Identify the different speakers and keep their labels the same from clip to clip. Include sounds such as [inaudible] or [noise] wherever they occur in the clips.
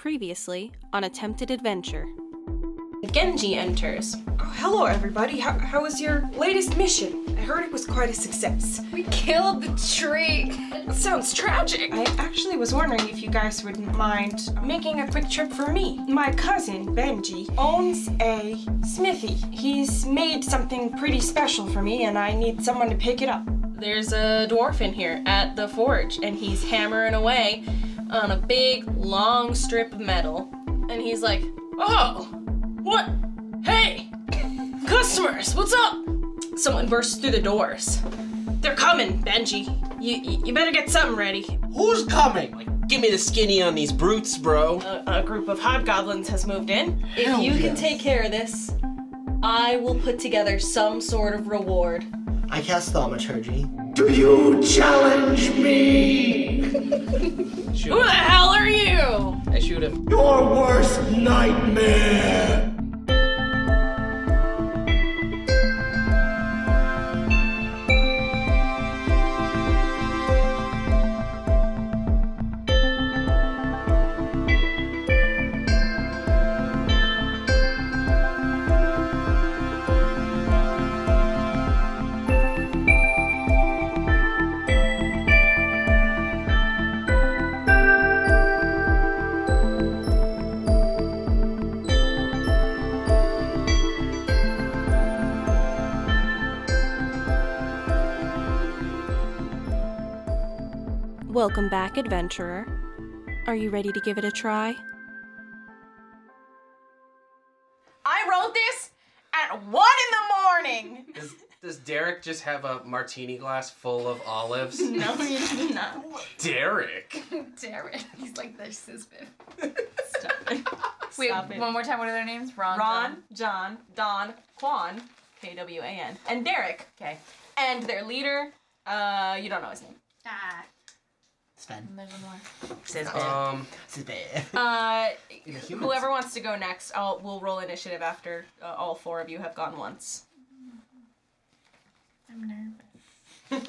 Speaker 1: Previously on Attempted Adventure.
Speaker 2: Genji enters.
Speaker 3: Oh, hello, everybody. How, how was your latest mission? I heard it was quite a success.
Speaker 2: We killed the tree.
Speaker 3: It sounds tragic. I actually was wondering if you guys wouldn't mind making a quick trip for me. My cousin, Benji, owns a smithy. He's made something pretty special for me, and I need someone to pick it up.
Speaker 2: There's a dwarf in here at the forge, and he's hammering away on a big, long strip of metal. And he's like, Oh, what? Hey, customers, what's up? Someone bursts through the doors. They're coming, Benji. You, you- you better get something ready.
Speaker 4: Who's coming? Like, give me the skinny on these brutes, bro.
Speaker 2: A, a group of hobgoblins has moved in. If
Speaker 4: Hell
Speaker 2: you can
Speaker 4: yes.
Speaker 2: take care of this, I will put together some sort of reward.
Speaker 5: I cast Thaumaturgy.
Speaker 6: Do you challenge me?
Speaker 2: Who the hell are you?
Speaker 4: I shoot him.
Speaker 6: Your worst nightmare!
Speaker 1: Welcome back, adventurer. Are you ready to give it a try?
Speaker 2: I wrote this at one in the morning.
Speaker 4: Does, does Derek just have a martini glass full of olives?
Speaker 2: No, you did not.
Speaker 4: Derek.
Speaker 7: Derek. [laughs] He's like the sisbiff. [laughs] Wait,
Speaker 2: Stop it.
Speaker 7: one more time. What are their names? Ron.
Speaker 2: Ron, John, Don, Juan, K W A N, and Derek. Okay. And their leader, uh, you don't know his name.
Speaker 7: Ah,
Speaker 5: Sven.
Speaker 7: and there's one more.
Speaker 4: Um,
Speaker 5: [laughs] Sven.
Speaker 2: Uh,
Speaker 5: The humans.
Speaker 2: whoever wants to go next, I'll, we'll roll initiative after uh, all four of you have gone
Speaker 7: [laughs]
Speaker 2: once.
Speaker 7: I'm nervous.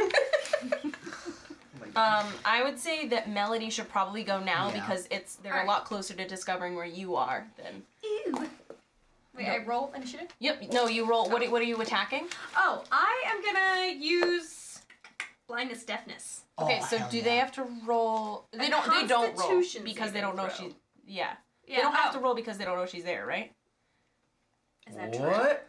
Speaker 5: Oh
Speaker 2: Um, I would say that Melody should probably go now
Speaker 5: Yeah.
Speaker 2: because it's they're
Speaker 7: Alright.
Speaker 2: a lot closer to discovering where you are than.
Speaker 7: Ew. Wait, I roll initiative.
Speaker 2: Yep. No, you roll. What, are- what are you attacking?
Speaker 7: Oh, I am gonna use blindness, deafness.
Speaker 2: Okay,
Speaker 5: Oh,
Speaker 2: so
Speaker 5: hell
Speaker 2: do
Speaker 5: yeah.
Speaker 2: they have to roll? They
Speaker 7: A
Speaker 2: don't. They don't roll
Speaker 7: constitution
Speaker 2: because they
Speaker 7: saving
Speaker 2: don't know
Speaker 7: throw.
Speaker 2: she's. Yeah.
Speaker 7: Yeah.
Speaker 2: They don't have
Speaker 7: oh.
Speaker 2: to roll because they don't know she's there, right?
Speaker 7: Is that true?
Speaker 4: what?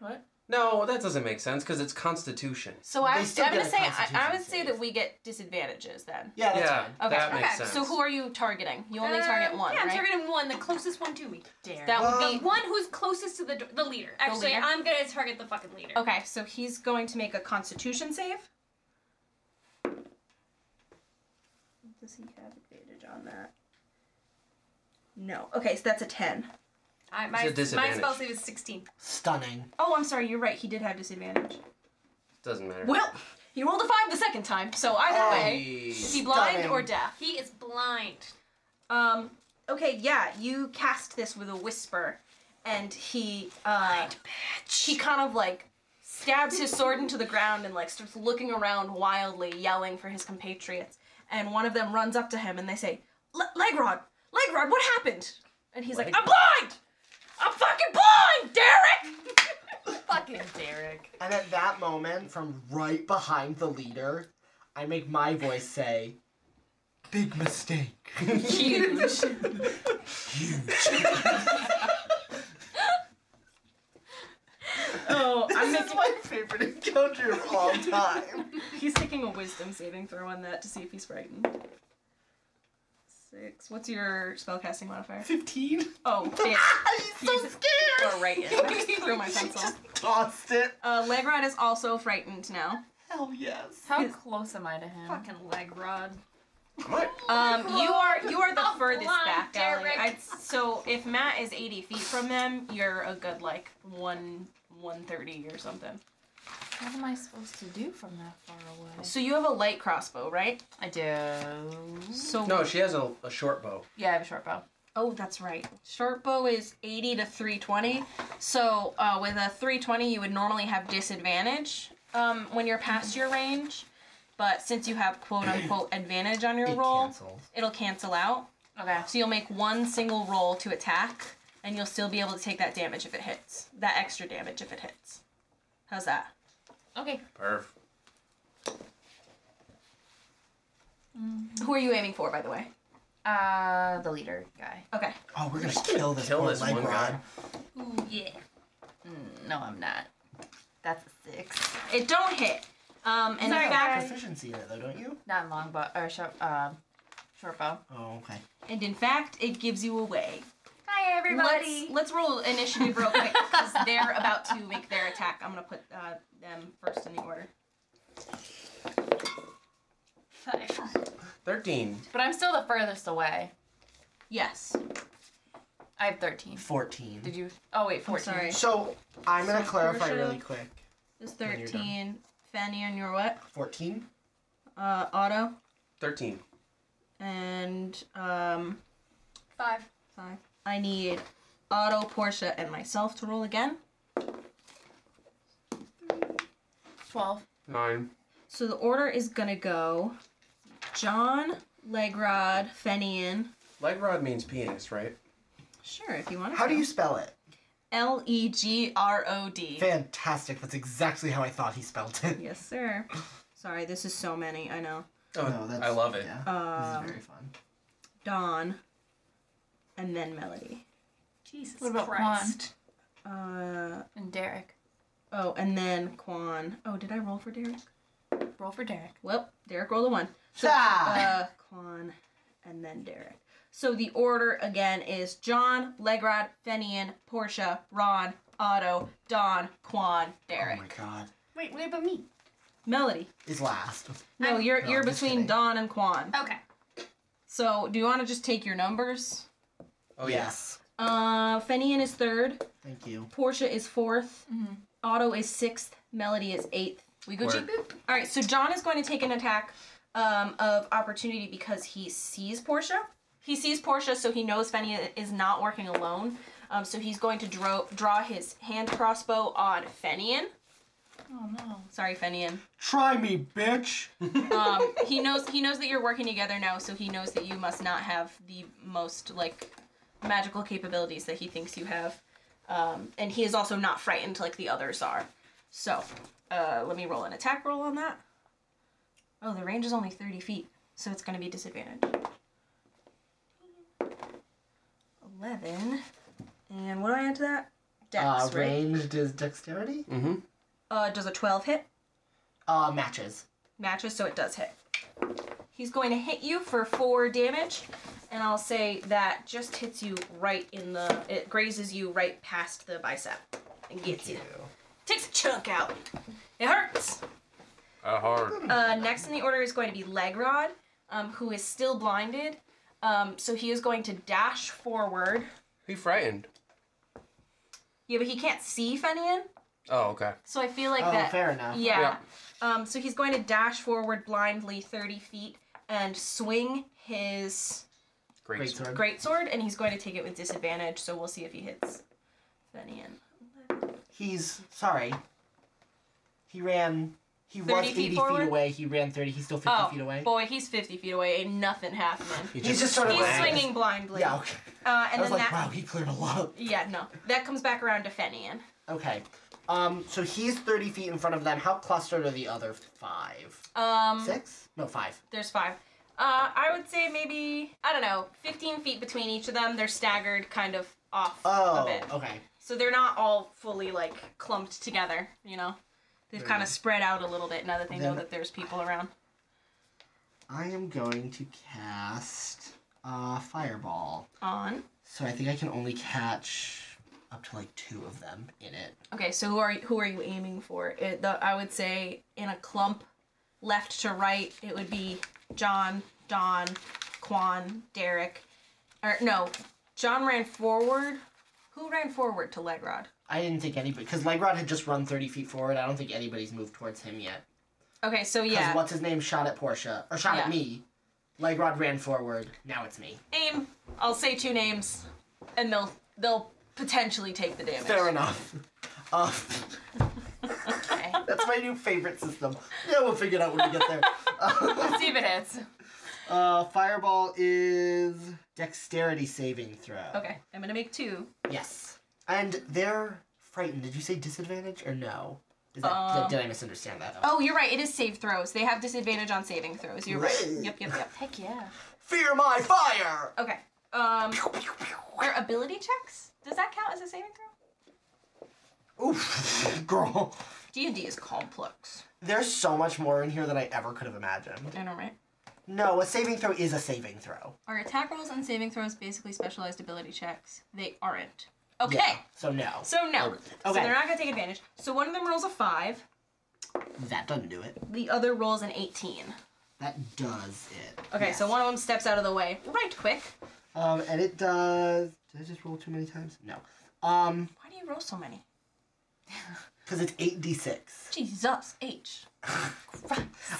Speaker 2: What?
Speaker 4: No, that doesn't make sense because it's Constitution.
Speaker 2: So I,
Speaker 5: They
Speaker 2: I'm
Speaker 5: still
Speaker 2: gonna
Speaker 5: get a
Speaker 2: say I, I
Speaker 5: constitution
Speaker 4: save.
Speaker 2: would say that we get disadvantages then.
Speaker 5: Yeah, that's
Speaker 4: yeah,
Speaker 5: fine.
Speaker 2: Okay. Uh,
Speaker 4: that makes
Speaker 7: Okay.
Speaker 4: sense.
Speaker 2: So who are you targeting? You only target
Speaker 7: Um,
Speaker 2: one,
Speaker 7: Yeah,
Speaker 2: right?
Speaker 7: I'm targeting one, the closest one to me. Derek.
Speaker 2: that would
Speaker 7: the
Speaker 2: be
Speaker 7: one who's closest to the do- the leader. Oh. Actually,
Speaker 2: leader?
Speaker 7: I'm gonna target the fucking leader.
Speaker 2: okay. So he's going to make a Constitution save. Does he have advantage on that? No. Okay, so that's a ten.
Speaker 7: I, my,
Speaker 4: It's a
Speaker 7: my
Speaker 4: disadvantage.
Speaker 7: spell save is 16.
Speaker 5: Stunning.
Speaker 2: Oh, I'm sorry. You're right. He did have disadvantage.
Speaker 4: Doesn't matter.
Speaker 2: Well, he rolled a five the second time. So either way,
Speaker 4: Oh,
Speaker 2: is he blind or
Speaker 5: stunning.
Speaker 2: deaf?
Speaker 7: He is blind.
Speaker 2: Um, okay, yeah, you cast this with a whisper, and he, uh, he kind of like stabs his sword into the ground and like starts looking around wildly, yelling for his compatriots. And one of them runs up to him and they say, "Le- Legrod, Legrod, what happened? And he's like, I'm blind! I'm fucking blind, Derek!
Speaker 7: Fucking Derek.
Speaker 5: And at that moment, from right behind the leader, I make my voice say, "Big mistake."
Speaker 2: Huge. oh, I'm
Speaker 5: this is my favorite encounter of
Speaker 2: [laughs]
Speaker 5: all time.
Speaker 2: He's taking a wisdom saving throw on that to see if he's frightened. Six. What's your spellcasting modifier?
Speaker 5: Fifteen.
Speaker 2: Oh, damn.
Speaker 5: [laughs] I'm so scared.
Speaker 2: Or right
Speaker 5: [laughs]
Speaker 2: in. through my pencil.
Speaker 5: Tossed it.
Speaker 2: Uh, Legrod is also frightened now.
Speaker 5: Hell yes.
Speaker 7: How close am I to him?
Speaker 8: Fucking leg rod.
Speaker 4: Am I-
Speaker 7: Oh
Speaker 2: Um, you are you are the
Speaker 7: I'm
Speaker 2: furthest
Speaker 7: blind,
Speaker 2: back, Allie.
Speaker 7: Derek.
Speaker 2: I'd- so if Matt is 80 feet from them, you're a good like one 130 or something.
Speaker 8: What am I supposed to do from that far away?
Speaker 2: So you have a light crossbow, right?
Speaker 8: I do.
Speaker 2: So
Speaker 4: no, she has a, a short bow.
Speaker 8: Yeah, I have a short bow.
Speaker 2: Oh, that's right. Short bow is 80 to 320. So uh, with a 320, you would normally have disadvantage um, when you're past your
Speaker 5: [clears throat]
Speaker 2: range. But since you have quote unquote advantage on your
Speaker 5: It
Speaker 2: roll,
Speaker 5: cancels.
Speaker 2: it'll cancel out.
Speaker 8: Okay.
Speaker 2: So you'll make one single roll to attack, and you'll still be able to take that damage if it hits. That extra damage if it hits. How's that?
Speaker 8: Okay.
Speaker 4: Perf.
Speaker 2: Who are you aiming for, by the way?
Speaker 8: Uh, the leader guy.
Speaker 2: Okay.
Speaker 5: Oh, we're gonna kill this
Speaker 4: Kill
Speaker 5: poor
Speaker 4: this
Speaker 5: leg
Speaker 4: one guy.
Speaker 5: rod.
Speaker 7: Ooh, yeah.
Speaker 8: Mm, No, I'm not. That's a six.
Speaker 2: It don't hit. Um, and
Speaker 8: Sorry,
Speaker 2: in fact,
Speaker 5: Proficiency in it though, don't you?
Speaker 8: Not long bow or short. Um, short bow.
Speaker 5: Oh, okay.
Speaker 2: and in fact, it gives you away.
Speaker 7: Hi,
Speaker 2: Let's let's roll initiative real quick because they're about to make their attack. I'm gonna put uh, them first in the order.
Speaker 7: Five.
Speaker 4: 13.
Speaker 8: But I'm still the furthest away.
Speaker 2: Yes.
Speaker 8: I have 13.
Speaker 5: Fourteen.
Speaker 8: Did you? Oh wait, 14.
Speaker 2: sorry.
Speaker 5: So I'm gonna clarify
Speaker 2: Portia-
Speaker 5: really quick.
Speaker 2: This
Speaker 5: When you're done.
Speaker 2: 13. Fanny and your what?
Speaker 5: Fourteen.
Speaker 2: Uh, Otto
Speaker 4: 13.
Speaker 2: and um.
Speaker 7: Five.
Speaker 2: Five. I need Otto, Portia, and myself to roll again.
Speaker 8: 12.
Speaker 4: 9.
Speaker 2: So the order is gonna go John, Legrod, Fenian.
Speaker 4: Leg rod means penis, right?
Speaker 2: Sure, if you want to.
Speaker 5: How do you spell it?
Speaker 2: L E G R O D.
Speaker 5: Fantastic. That's exactly how I thought he spelled
Speaker 2: [laughs]
Speaker 5: it.
Speaker 2: Yes, sir. Sorry, this is so many, I know.
Speaker 4: Oh, I love it.
Speaker 5: Yeah,
Speaker 2: Um,
Speaker 5: this is very fun.
Speaker 2: Dawn, and then Melody.
Speaker 7: Jesus
Speaker 8: What about
Speaker 7: Christ.
Speaker 2: Uh,
Speaker 8: And Derek.
Speaker 2: oh, and then Quan. Oh, did I roll for Derek?
Speaker 8: Roll for Derek. [laughs]
Speaker 2: Well, Derek rolled a one. So,
Speaker 5: Ah!
Speaker 2: uh, Quan, and then Derek. So the order again is John, Legrod, Fenian, Portia, Ron, Otto, Don, Quan,
Speaker 5: Oh
Speaker 2: Derek.
Speaker 5: my god.
Speaker 7: Wait, what about me?
Speaker 2: Melody.
Speaker 5: Is last.
Speaker 2: No, you're
Speaker 5: No,
Speaker 2: you're
Speaker 5: I'm just
Speaker 2: between
Speaker 5: kidding.
Speaker 2: Don and Quan.
Speaker 7: Okay.
Speaker 2: So do you want to just take your numbers?
Speaker 4: Oh,
Speaker 5: yes.
Speaker 2: Uh, Fenian is third.
Speaker 5: Thank you.
Speaker 2: Portia is 4th Otto is sixth. Melody is eighth. Mm-hmm. We go
Speaker 4: Word.
Speaker 2: boop. All right, so John is going to take an attack um, of opportunity because he sees Portia. He sees Portia, so he knows Fenny is not working alone. Um, so he's going to draw draw his hand crossbow on Fenian.
Speaker 8: Oh no.
Speaker 2: Sorry, Fenian.
Speaker 5: Try me, bitch.
Speaker 2: [laughs] Um,
Speaker 5: [laughs]
Speaker 2: he knows he knows that you're working together now, so he knows that you must not have the most like magical capabilities that he thinks you have, um, and he is also not frightened like the others are. So, uh, let me roll an attack roll on that. Oh, the range is only thirty feet, so it's going to be disadvantage. Eleven, and what do I add to that? Dex,
Speaker 5: Uh,
Speaker 2: right?
Speaker 5: ranged is dexterity.
Speaker 4: Mm-hmm.
Speaker 2: Uh, does a twelve hit?
Speaker 5: Uh, matches.
Speaker 2: matches, so it does hit. He's going to hit you for four damage, and I'll say that just hits you right in the. It grazes you right past the bicep and gets you. Takes a chunk out. It hurts.
Speaker 4: Uh, hard.
Speaker 2: Uh, next in the order is going to be Legrod, um, who is still blinded. Um, so he is going to dash forward.
Speaker 4: He frightened.
Speaker 2: Yeah, but he can't see Fenian,
Speaker 4: Oh, okay.
Speaker 2: so I feel like
Speaker 5: oh,
Speaker 2: that.
Speaker 5: fair enough.
Speaker 2: Yeah.
Speaker 4: Yeah.
Speaker 2: Um, so he's going to dash forward blindly 30 feet and swing his
Speaker 4: Great.
Speaker 5: Great
Speaker 4: sword.
Speaker 5: sword.
Speaker 2: greatsword, and he's going to take it with disadvantage, so we'll see if he hits Fenian.
Speaker 5: He's sorry. He ran. He was
Speaker 2: 30
Speaker 5: eighty
Speaker 2: feet
Speaker 5: feet,
Speaker 2: forward?
Speaker 5: away. He ran thirty. He's still fifty
Speaker 2: Oh,
Speaker 5: feet away.
Speaker 2: boy, he's 50 feet away. Ain't nothing happening.
Speaker 4: He
Speaker 5: He's just sort of
Speaker 2: He's
Speaker 5: like-
Speaker 2: swinging blindly.
Speaker 5: Yeah. Okay.
Speaker 2: Uh,
Speaker 5: I
Speaker 2: and
Speaker 5: was
Speaker 2: then
Speaker 5: like,
Speaker 2: that.
Speaker 5: wow, he cleared a lot.
Speaker 2: Yeah, no. That comes back around to Fenian.
Speaker 5: Okay. Um. So he's thirty feet in front of them. How clustered are the other five?
Speaker 2: Um,
Speaker 5: Six? No, five.
Speaker 2: There's five. Uh, I would say maybe, I don't know, 15 feet between each of them. They're staggered kind of off a
Speaker 5: Oh.
Speaker 2: bit.
Speaker 5: Okay.
Speaker 2: So they're not all fully like clumped together, you know? They've kind of spread out a little bit now that they know
Speaker 5: Then-
Speaker 2: that there's people around.
Speaker 5: I am going to cast uh, fireball.
Speaker 2: On.
Speaker 5: So I think I can only catch up to like two of them in it.
Speaker 2: Okay, so who are who are you aiming for? It, the, I would say in a clump, left to right, it would be John, Don, Quan, Derek, or no, John ran forward. Who ran forward to Legrod?
Speaker 5: I didn't think anybody because Legrod had just run thirty feet forward. I don't think anybody's moved towards him yet.
Speaker 2: Okay, so
Speaker 5: Because
Speaker 2: yeah,
Speaker 5: what's his name shot at Portia or shot
Speaker 2: Yeah.
Speaker 5: at me. Legrod ran forward. Now it's me.
Speaker 2: aim. I'll say two names, and they'll they'll potentially take the damage.
Speaker 5: Fair enough. [laughs] Uh,
Speaker 8: Okay.
Speaker 2: [laughs]
Speaker 5: that's my new favorite system. Yeah, we'll figure it out when we get there.
Speaker 8: Let's see if it hits.
Speaker 5: Uh, fireball is dexterity saving throw.
Speaker 2: Okay, I'm gonna make two.
Speaker 5: Yes. And they're frightened. Did you say disadvantage or no? Is that,
Speaker 2: Um,
Speaker 5: did I misunderstand that?
Speaker 2: Oh, you're right. It is save throws. They have disadvantage on saving throws. You're right. Yep, yep, yep.
Speaker 8: Heck yeah.
Speaker 5: Fear my fire!
Speaker 2: Okay. Um, their ability checks. Does that count as a saving throw?
Speaker 5: Oof, girl.
Speaker 2: D and D is complex.
Speaker 5: There's so much more in here than I ever could have imagined.
Speaker 2: I know, right?
Speaker 5: No, a saving throw is a saving throw.
Speaker 2: Are attack rolls and saving throws basically specialized ability checks? They aren't. Okay.
Speaker 5: So no.
Speaker 2: So no. So
Speaker 5: Okay.
Speaker 2: they're not gonna take advantage. So one of them rolls a five.
Speaker 5: That doesn't do it.
Speaker 2: The other rolls an eighteen.
Speaker 5: That does it.
Speaker 2: Okay. So one of them steps out of the way right quick.
Speaker 5: Um, and it does. Did I just roll too many times? No. Um,
Speaker 2: Why do you roll so many?
Speaker 5: because it's eight d six.
Speaker 2: Jesus H.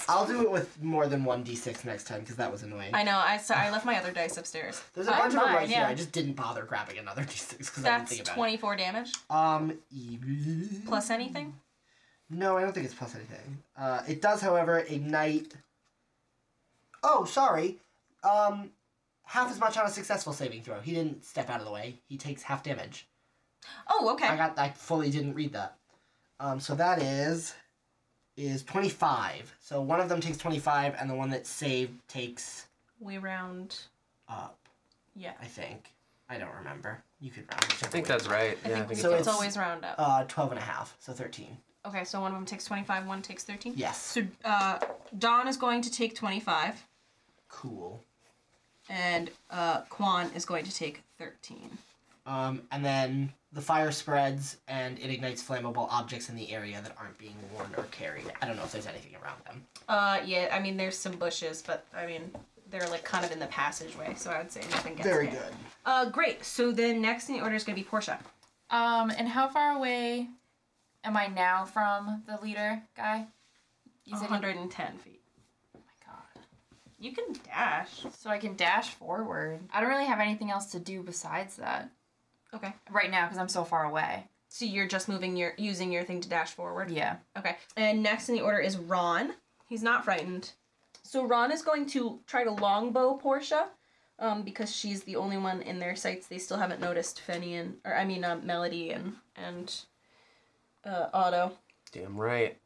Speaker 5: I'll do it with more than one d six next time because that was annoying.
Speaker 2: I know. I so I left my other dice upstairs.
Speaker 5: There's a bunch of them
Speaker 8: mine,
Speaker 5: right here.
Speaker 8: yeah.
Speaker 5: I just didn't bother grabbing another [laughs] d6 because I didn't
Speaker 2: That's
Speaker 5: think about it.
Speaker 2: twenty-four damage
Speaker 5: Um, e-
Speaker 2: plus anything.
Speaker 5: No, I don't think it's plus anything. Uh, it does, however, ignite. Oh, sorry. Um, half as much on a successful saving throw. He didn't step out of the way. He takes half damage.
Speaker 2: Oh, okay.
Speaker 5: I got. I fully didn't read that. Um, so that is is twenty five. So one of them takes twenty five, and the one that saved takes
Speaker 2: we round.
Speaker 5: up.
Speaker 2: Yeah.
Speaker 5: I think. I don't remember. You could round.
Speaker 4: I think that's right. Yeah, I think
Speaker 5: So
Speaker 2: It's
Speaker 4: it's
Speaker 5: it's-
Speaker 2: always round up.
Speaker 5: uh, 12 and a half, so 13.
Speaker 2: Okay, so one of them takes 25, one takes 13.
Speaker 5: Yes.
Speaker 2: So uh, Don is going to take 25,
Speaker 5: Cool.
Speaker 2: and uh, Quan is going to take 13.
Speaker 5: Um, and then the fire spreads and it ignites flammable objects in the area that aren't being worn or carried. I don't know if there's anything around them.
Speaker 2: Uh, yeah, I mean, there's some bushes, but I mean, they're like kind of in the passageway, so I would say nothing gets
Speaker 5: Very
Speaker 2: there.
Speaker 5: good.
Speaker 2: Uh, great. So then next in the order is going to be Portia.
Speaker 8: Um, and how far away am I now from the leader guy? You said he-
Speaker 2: 110 feet.
Speaker 8: Oh my God.
Speaker 2: You can dash.
Speaker 8: So I can dash forward. I don't really have anything else to do besides that
Speaker 2: Okay.
Speaker 8: right now because I'm so far away.
Speaker 2: So you're just moving your using your thing to dash forward.
Speaker 8: Yeah.
Speaker 2: Okay. And next in the order is Ron. He's not frightened. So Ron is going to try to longbow Portia um, because she's the only one in their sights. They still haven't noticed Fenny and, or I mean, uh, Melody and and uh, Otto.
Speaker 4: damn right.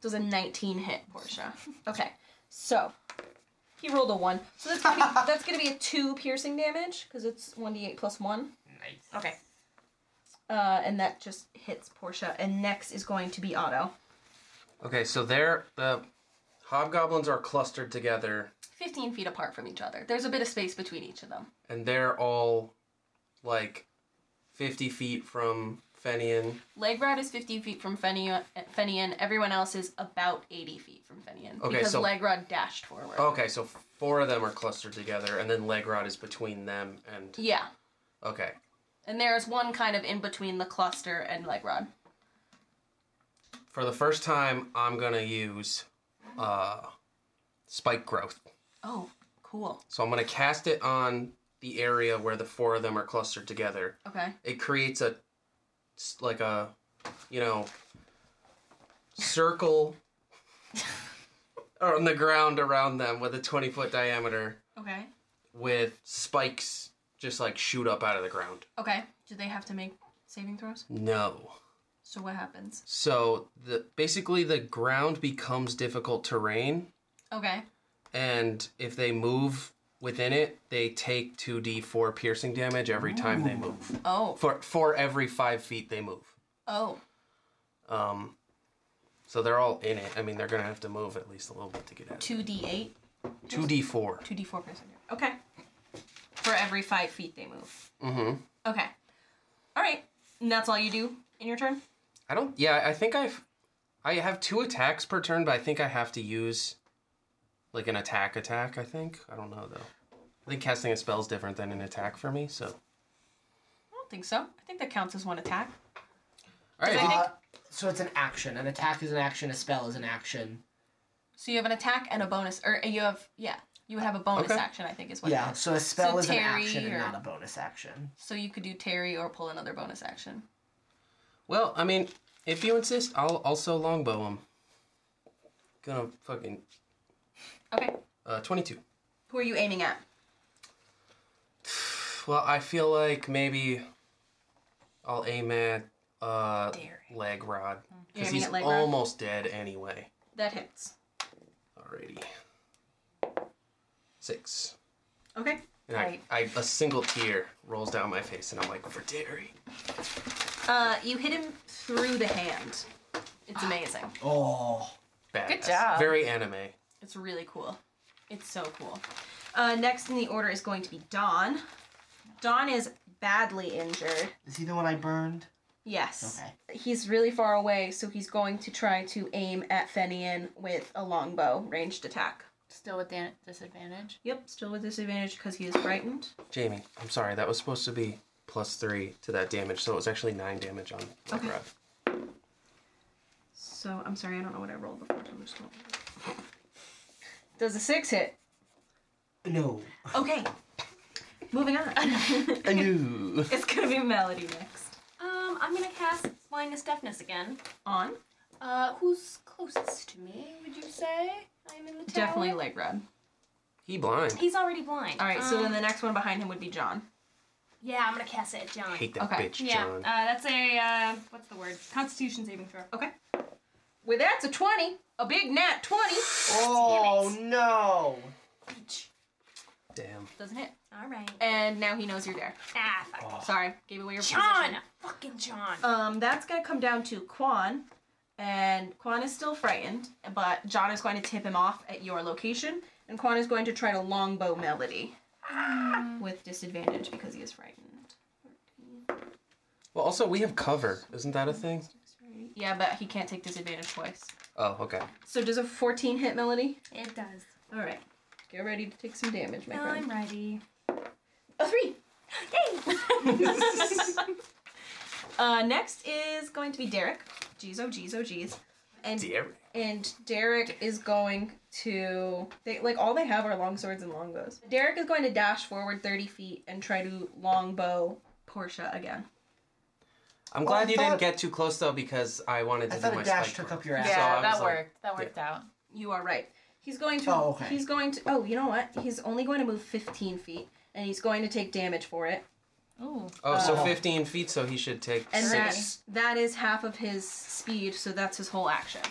Speaker 2: Does a 19 hit [laughs] Portia? Okay. So he rolled a one. So that's gonna [laughs] be, that's gonna be a two piercing damage because it's 1d8 plus one.
Speaker 5: Nice.
Speaker 2: Okay. Uh, and that just hits Portia. And next is going to be Otto.
Speaker 4: Okay, so there the hobgoblins are clustered together,
Speaker 2: 15 feet apart from each other. There's a bit of space between each of them.
Speaker 4: and they're all like fifty feet from Fenian.
Speaker 2: Legrad is 50 feet from Fenian. Fenian. Everyone else is about 80 feet from Fenian.
Speaker 4: Okay,
Speaker 2: because
Speaker 4: so- Oh.
Speaker 2: Legrad dashed forward.
Speaker 4: Okay, so four of them are clustered together, and then Legrod is between them and
Speaker 2: Yeah.
Speaker 4: okay.
Speaker 2: And there's one kind of in between the cluster and Legrod.
Speaker 4: For the first time, I'm gonna use uh, spike growth.
Speaker 2: Oh, cool.
Speaker 4: So I'm gonna cast it on the area where the four of them are clustered together.
Speaker 2: Okay.
Speaker 4: It creates a s- like a you know circle on the ground around them with a 20 foot diameter
Speaker 2: Okay.
Speaker 4: with spikes just like shoot up out of the ground.
Speaker 2: Okay. Do they have to make saving throws?
Speaker 4: No.
Speaker 2: So what happens?
Speaker 4: So the basically the ground becomes difficult terrain
Speaker 2: Okay.
Speaker 4: and if they move within it, they take 2d4 piercing damage every time they move.
Speaker 2: Oh.
Speaker 4: For for every 5 feet they move.
Speaker 2: Oh.
Speaker 4: Um so they're all in it. I mean, they're going to have to move at least a little bit to get out.
Speaker 2: 2d8.
Speaker 4: 2d4.
Speaker 2: 2d4 per second. Okay. For every five feet they move.
Speaker 4: Mhm.
Speaker 2: Okay. All right. And that's all you do in your turn?
Speaker 4: I don't Yeah, I think I've I have two attacks per turn, but I think I have to use like an attack attack, I think. I don't know though. I think casting a spell is different than an attack for me, so.
Speaker 2: I don't think so. I think that counts as one attack.
Speaker 4: All right.
Speaker 5: Uh, so it's an action. An attack is an action, a spell is an action.
Speaker 2: So you have an attack and a bonus, or you have yeah, you would have a bonus
Speaker 4: Okay.
Speaker 2: action. I think is what.
Speaker 5: yeah,
Speaker 2: It is.
Speaker 5: so a spell
Speaker 2: So
Speaker 5: is an
Speaker 2: Terry
Speaker 5: action
Speaker 2: or-
Speaker 5: and not a bonus action.
Speaker 2: So you could do Terry or pull another bonus action.
Speaker 4: Well, I mean, if you insist, I'll also longbow him. Gonna fucking
Speaker 2: Okay.
Speaker 4: Uh, 22.
Speaker 2: Who are you aiming at?
Speaker 4: Well, I feel like maybe I'll aim at uh, Leg Rod.
Speaker 2: You're
Speaker 4: Because
Speaker 2: aiming
Speaker 4: he's
Speaker 2: at Leg Rod?
Speaker 4: almost dead anyway.
Speaker 2: That hits.
Speaker 4: Alrighty. Six.
Speaker 2: Okay.
Speaker 4: And I, I, a single tear rolls down my face, and I'm like, for dairy.
Speaker 2: Uh, you hit him through the hand. It's amazing.
Speaker 5: Oh.
Speaker 4: Badass.
Speaker 8: Good job.
Speaker 4: Very anime.
Speaker 2: It's really cool. It's so cool. Uh, next in the order is going to be Dawn. Dawn is badly injured.
Speaker 5: Is he the one I burned?
Speaker 2: Yes.
Speaker 5: Okay.
Speaker 2: He's really far away, so he's going to try to aim at Fenian with a longbow ranged attack.
Speaker 8: Still with dan- disadvantage.
Speaker 2: Yep, still with disadvantage because he is frightened.
Speaker 4: Jamie, I'm sorry. That was supposed to be plus three to that damage, so it was actually nine damage on Leg Rod.
Speaker 2: So I'm sorry, I don't know what I rolled before. so I'm just going. Does a six hit?
Speaker 5: No.
Speaker 2: Okay. Moving on. [laughs]
Speaker 5: I knew.
Speaker 2: it's gonna be Melody next.
Speaker 7: Um, I'm gonna cast blindness deafness again.
Speaker 2: On.
Speaker 7: Uh, who's closest to me? Would you say I'm in the tower?
Speaker 2: Definitely leg rod.
Speaker 4: He blind.
Speaker 7: He's already blind.
Speaker 2: All right, so
Speaker 7: Um,
Speaker 2: then the next one behind him would be John.
Speaker 7: yeah, I'm gonna cast it at John.
Speaker 4: Hate that
Speaker 2: Okay.
Speaker 4: bitch,
Speaker 7: yeah,
Speaker 4: John.
Speaker 7: uh, that's a uh, what's the word? Constitution saving throw.
Speaker 2: Okay. Well, that's a 20. A big nat 20.
Speaker 5: Oh no.
Speaker 4: Damn.
Speaker 2: Doesn't hit.
Speaker 7: All right.
Speaker 2: And now he knows you're there.
Speaker 7: Ah, fuck.
Speaker 4: Oh.
Speaker 2: Sorry, gave away your
Speaker 7: John,
Speaker 2: position.
Speaker 7: fucking John.
Speaker 2: Um, that's going to come down to Quan. And Quan is still frightened, but John is going to tip him off at your location. And Quan is going to try to longbow Melody with disadvantage because he is frightened.
Speaker 4: Well, also, we have cover. Isn't that a thing?
Speaker 2: Yeah, but he can't take disadvantage twice.
Speaker 4: Oh, okay.
Speaker 2: So does a 14 hit Melody?
Speaker 7: It does.
Speaker 2: All right. Get ready to take some damage, my friend.
Speaker 7: I'm ready.
Speaker 2: A three.
Speaker 7: Yay!
Speaker 2: [laughs] Uh, next is going to be Derek. Jeez, oh, jeez, oh, jeez. And
Speaker 4: Dairy.
Speaker 2: and Derek is going to they like all they have are long swords and longbows. Derek is going to dash forward thirty feet and try to longbow Portia again.
Speaker 4: I'm
Speaker 5: Well, I
Speaker 4: glad you didn't
Speaker 5: thought-
Speaker 4: get too close though because I wanted to
Speaker 5: I thought
Speaker 4: do my
Speaker 5: a dash
Speaker 4: spike
Speaker 5: took
Speaker 4: roll.
Speaker 5: up your ass.
Speaker 4: So I
Speaker 8: Yeah,
Speaker 4: was
Speaker 8: that
Speaker 4: like-
Speaker 8: worked. That worked out.
Speaker 2: You are right. He's going to.
Speaker 5: Oh, okay.
Speaker 2: He's going to. Oh, you know what? He's only going to move fifteen feet, and he's going to take damage for it.
Speaker 8: Ooh.
Speaker 4: Oh, so
Speaker 5: Uh,
Speaker 4: 15 feet, so he should take
Speaker 2: And
Speaker 4: six.
Speaker 2: that's that is half of his speed, so that's his whole action.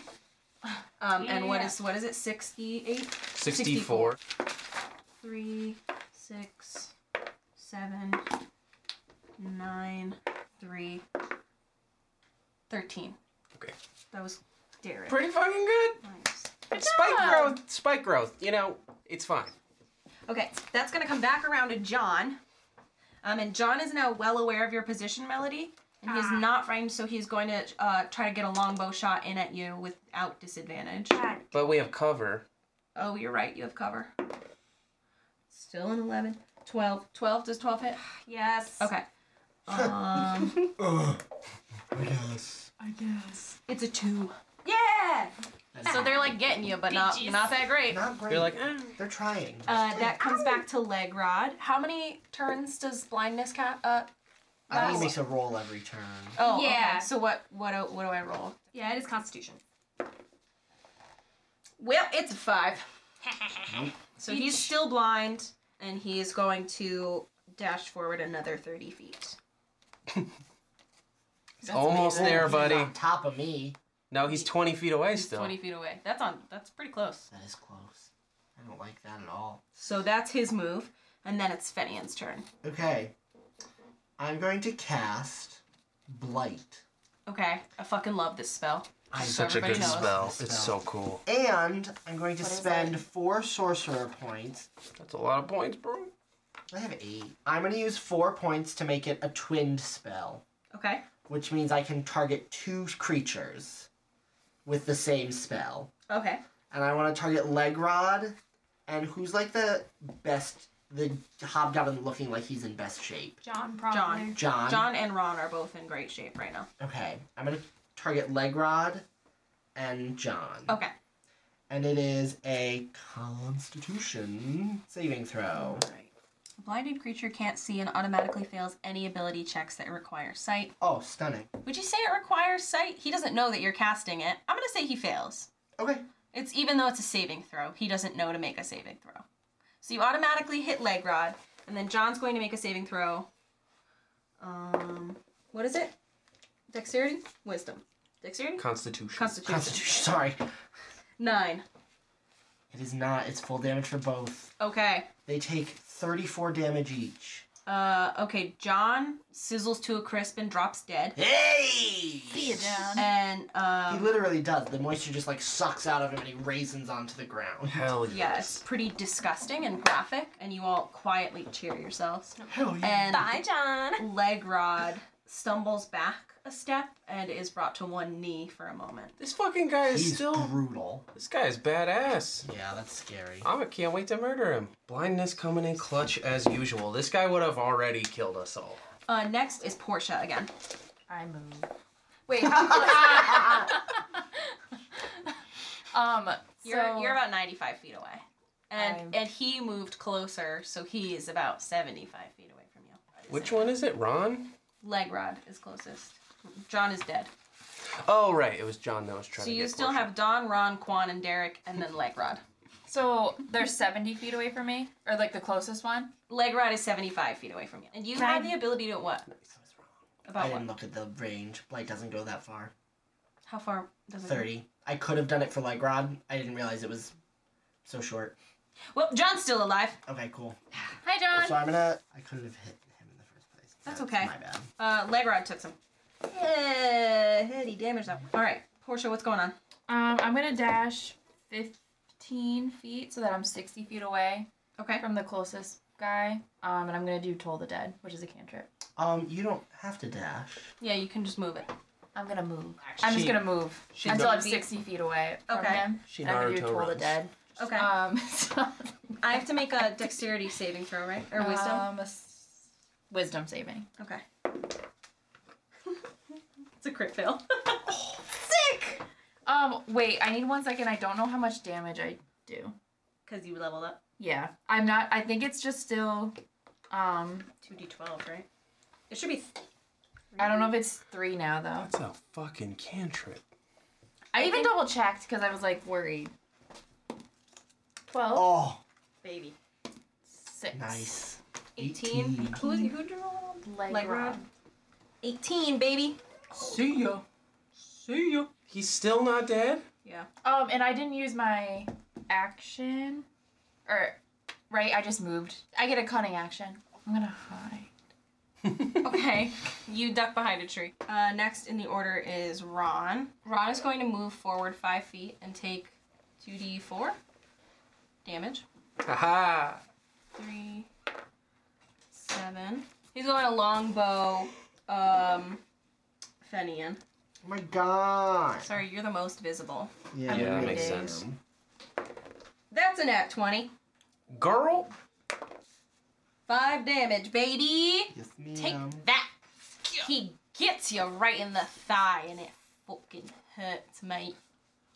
Speaker 2: [sighs] Um, and what
Speaker 7: Yeah.
Speaker 2: is what is it? Sixty-eight.
Speaker 4: 64.
Speaker 2: three, six, seven, nine, three, thirteen.
Speaker 4: Okay.
Speaker 2: That was Derek.
Speaker 4: Pretty fucking good.
Speaker 2: Nice.
Speaker 4: Spike growth. Spike growth. You know, it's fine.
Speaker 2: Okay, that's gonna come back around to John. Um, and John is now well aware of your position, Melody, and he's not frightened, so he's going to uh, try to get a longbow shot in at you without disadvantage.
Speaker 7: Ah,
Speaker 4: But we have cover.
Speaker 2: Oh, you're right, you have cover. Still an 11. 12. 12, does 12 hit?
Speaker 7: Yes.
Speaker 2: Okay. [laughs] Um,
Speaker 5: Yes.
Speaker 2: it's a 2.
Speaker 7: Yeah.
Speaker 2: So they're like getting you, but not
Speaker 7: Bitches.
Speaker 2: not that great.
Speaker 5: Not great.
Speaker 4: You're like, eh.
Speaker 5: They're trying.
Speaker 2: Uh, that comes back to leg rod. How many turns does blindness count? Uh,
Speaker 5: I think
Speaker 2: no.
Speaker 5: he makes a roll every turn.
Speaker 2: oh, yeah.
Speaker 7: Yeah.
Speaker 2: So what what do, what do I roll?
Speaker 7: Yeah, it is Constitution.
Speaker 2: Well, it's a [laughs] five. so he's still blind, and he is going to dash forward another thirty feet.
Speaker 4: It's almost there,
Speaker 5: Oh, He's
Speaker 4: buddy.
Speaker 5: On top of me.
Speaker 4: No, he's 20 feet away still.
Speaker 2: Twenty feet away. That's on. That's pretty close.
Speaker 5: That is close. I don't like that at all.
Speaker 2: So that's his move, and then it's Fenian's turn.
Speaker 5: Okay. I'm going to cast Blight.
Speaker 2: Okay, I fucking love this spell.
Speaker 5: I'm
Speaker 4: Such a
Speaker 2: Everybody
Speaker 4: good
Speaker 2: knows
Speaker 4: spell.
Speaker 5: this
Speaker 4: It's so
Speaker 5: spell.
Speaker 4: cool.
Speaker 5: And I'm going to spend four sorcerer points.
Speaker 4: That's a lot of points, bro.
Speaker 5: I have eight. I'm going to use four points to make it a twinned spell,
Speaker 2: Okay.
Speaker 5: which means I can target two creatures with the same spell.
Speaker 2: Okay.
Speaker 5: And I want to target Legrod, and who's like the best, the hobgoblin looking like he's in best shape?
Speaker 7: John, probably.
Speaker 2: John.
Speaker 5: John.
Speaker 2: John and Ron are both in great shape right now.
Speaker 5: Okay. I'm going to target Legrod and John.
Speaker 2: Okay.
Speaker 5: and it is a constitution saving throw.
Speaker 2: A blinded creature can't see and automatically fails any ability checks that require sight.
Speaker 5: Oh, stunning.
Speaker 2: Would you say it requires sight? He doesn't know that you're casting it. I'm gonna say he fails.
Speaker 5: Okay.
Speaker 2: It's even though it's a saving throw, he doesn't know to make a saving throw. So you automatically hit leg rod, and then John's going to make a saving throw. Um, what is it? Dexterity, wisdom, dexterity,
Speaker 4: Constitution.
Speaker 2: constitution.
Speaker 5: Constitution. Sorry.
Speaker 2: Nine.
Speaker 5: It is not. It's full damage for both.
Speaker 2: Okay.
Speaker 5: They take 34 damage each.
Speaker 2: Uh, okay. John sizzles to a crisp and drops dead.
Speaker 5: Hey!
Speaker 2: And
Speaker 5: He
Speaker 2: um,
Speaker 5: literally does. The moisture just like sucks out of him and he raisins onto
Speaker 4: [laughs]
Speaker 5: the ground.
Speaker 4: Hell yes.
Speaker 2: yeah, it's pretty disgusting and graphic. And you all quietly cheer yourselves.
Speaker 5: Hell
Speaker 2: And
Speaker 7: Hi, John.
Speaker 2: leg rod stumbles back a step and is brought to one knee for a moment.
Speaker 4: This fucking guy is
Speaker 5: He's
Speaker 4: still.
Speaker 5: brutal.
Speaker 4: This guy is badass.
Speaker 5: Yeah, that's scary.
Speaker 4: I can't wait to murder him. Blindness coming in clutch as usual. This guy would have already killed us all.
Speaker 2: Uh, next is Portia again.
Speaker 8: I move.
Speaker 7: Wait, how close?
Speaker 8: [laughs] Um,
Speaker 2: You're
Speaker 8: so
Speaker 2: you're about 95 feet away, and
Speaker 8: I'm-
Speaker 2: and he moved closer, so he is about 75 feet away from you.
Speaker 4: Which one is it? Ron?
Speaker 2: Leg rod is closest. John is dead.
Speaker 4: Oh right, it was John that was trying
Speaker 2: So
Speaker 4: to.
Speaker 2: you
Speaker 4: get
Speaker 2: still
Speaker 4: Portia.
Speaker 2: have Don, Ron, Quan, and Derek, and then leg rod.
Speaker 8: so they're seventy feet away from me, or like the closest one.
Speaker 2: Leg rod is 75 feet away from you, and you have the ability to what?
Speaker 5: I
Speaker 2: About
Speaker 5: didn't
Speaker 2: what?
Speaker 5: look at the range. Blight doesn't go that far.
Speaker 2: How far does it? go?
Speaker 5: 30. I could have done it for like Rod. I didn't realize it was so short.
Speaker 2: Well, John's still alive.
Speaker 5: Okay, cool.
Speaker 8: Hi, John.
Speaker 5: So I'm gonna. I could have hit him in the first place.
Speaker 2: That's okay.
Speaker 5: My bad.
Speaker 2: Uh, leg rod took some eh, heavy damage though. All right, Portia, what's going on?
Speaker 8: Um, I'm gonna dash fifteen feet so that I'm sixty feet away
Speaker 2: Okay.
Speaker 8: from the closest guy. Um, and I'm gonna do Toll the Dead, which is a cantrip.
Speaker 5: Um, you don't have to dash.
Speaker 2: Yeah, you can just move it.
Speaker 8: I'm gonna move. I'm just
Speaker 4: She-
Speaker 8: gonna move
Speaker 4: she
Speaker 8: until I'm
Speaker 2: moved.
Speaker 8: sixty feet away from
Speaker 2: Okay.
Speaker 8: him.
Speaker 4: She
Speaker 8: and I'm gonna do
Speaker 4: Naruto
Speaker 8: Toll the
Speaker 4: runs.
Speaker 8: Dead.
Speaker 2: Okay.
Speaker 8: Um, [laughs] so,
Speaker 2: I have to make a dexterity saving throw, right? Or wisdom?
Speaker 8: um, a s- wisdom saving.
Speaker 2: okay. [laughs] it's a crit fail. [laughs] Sick!
Speaker 8: Um, wait, I need one second. I don't know how much damage I do.
Speaker 2: Because you leveled up
Speaker 8: Yeah, I'm not. I think it's just still. Um,
Speaker 2: 2d12, right? It should be.
Speaker 8: I don't know if it's three now though.
Speaker 4: That's a fucking cantrip.
Speaker 8: I even double checked because I was like worried. Twelve.
Speaker 5: Oh,
Speaker 2: baby.
Speaker 8: Six.
Speaker 5: nice.
Speaker 2: 18. Who, is, who did you roll? on?
Speaker 8: Leg,
Speaker 2: Leg
Speaker 8: rod.
Speaker 2: rod. 18, baby.
Speaker 4: See ya. See ya. He's still not dead.
Speaker 2: Yeah.
Speaker 8: Um, and I didn't use my action, or right? I just moved. I get a cunning action. I'm gonna hide.
Speaker 2: [laughs] Okay. You duck behind a tree. Uh, next in the order is Ron. Ron is going to move forward five feet and take 2d4 damage.
Speaker 4: Aha.
Speaker 2: Three, seven. He's going a longbow, um, Fenian.
Speaker 5: Oh my god.
Speaker 2: Sorry, you're the most visible.
Speaker 5: Yeah,
Speaker 4: Yeah,
Speaker 8: makes
Speaker 4: sense.
Speaker 2: That's an at 20.
Speaker 4: Girl.
Speaker 2: Five damage, baby.
Speaker 5: Yes,
Speaker 2: Take
Speaker 5: ma'am.
Speaker 2: that. He gets you right in the thigh and it fucking hurts, mate.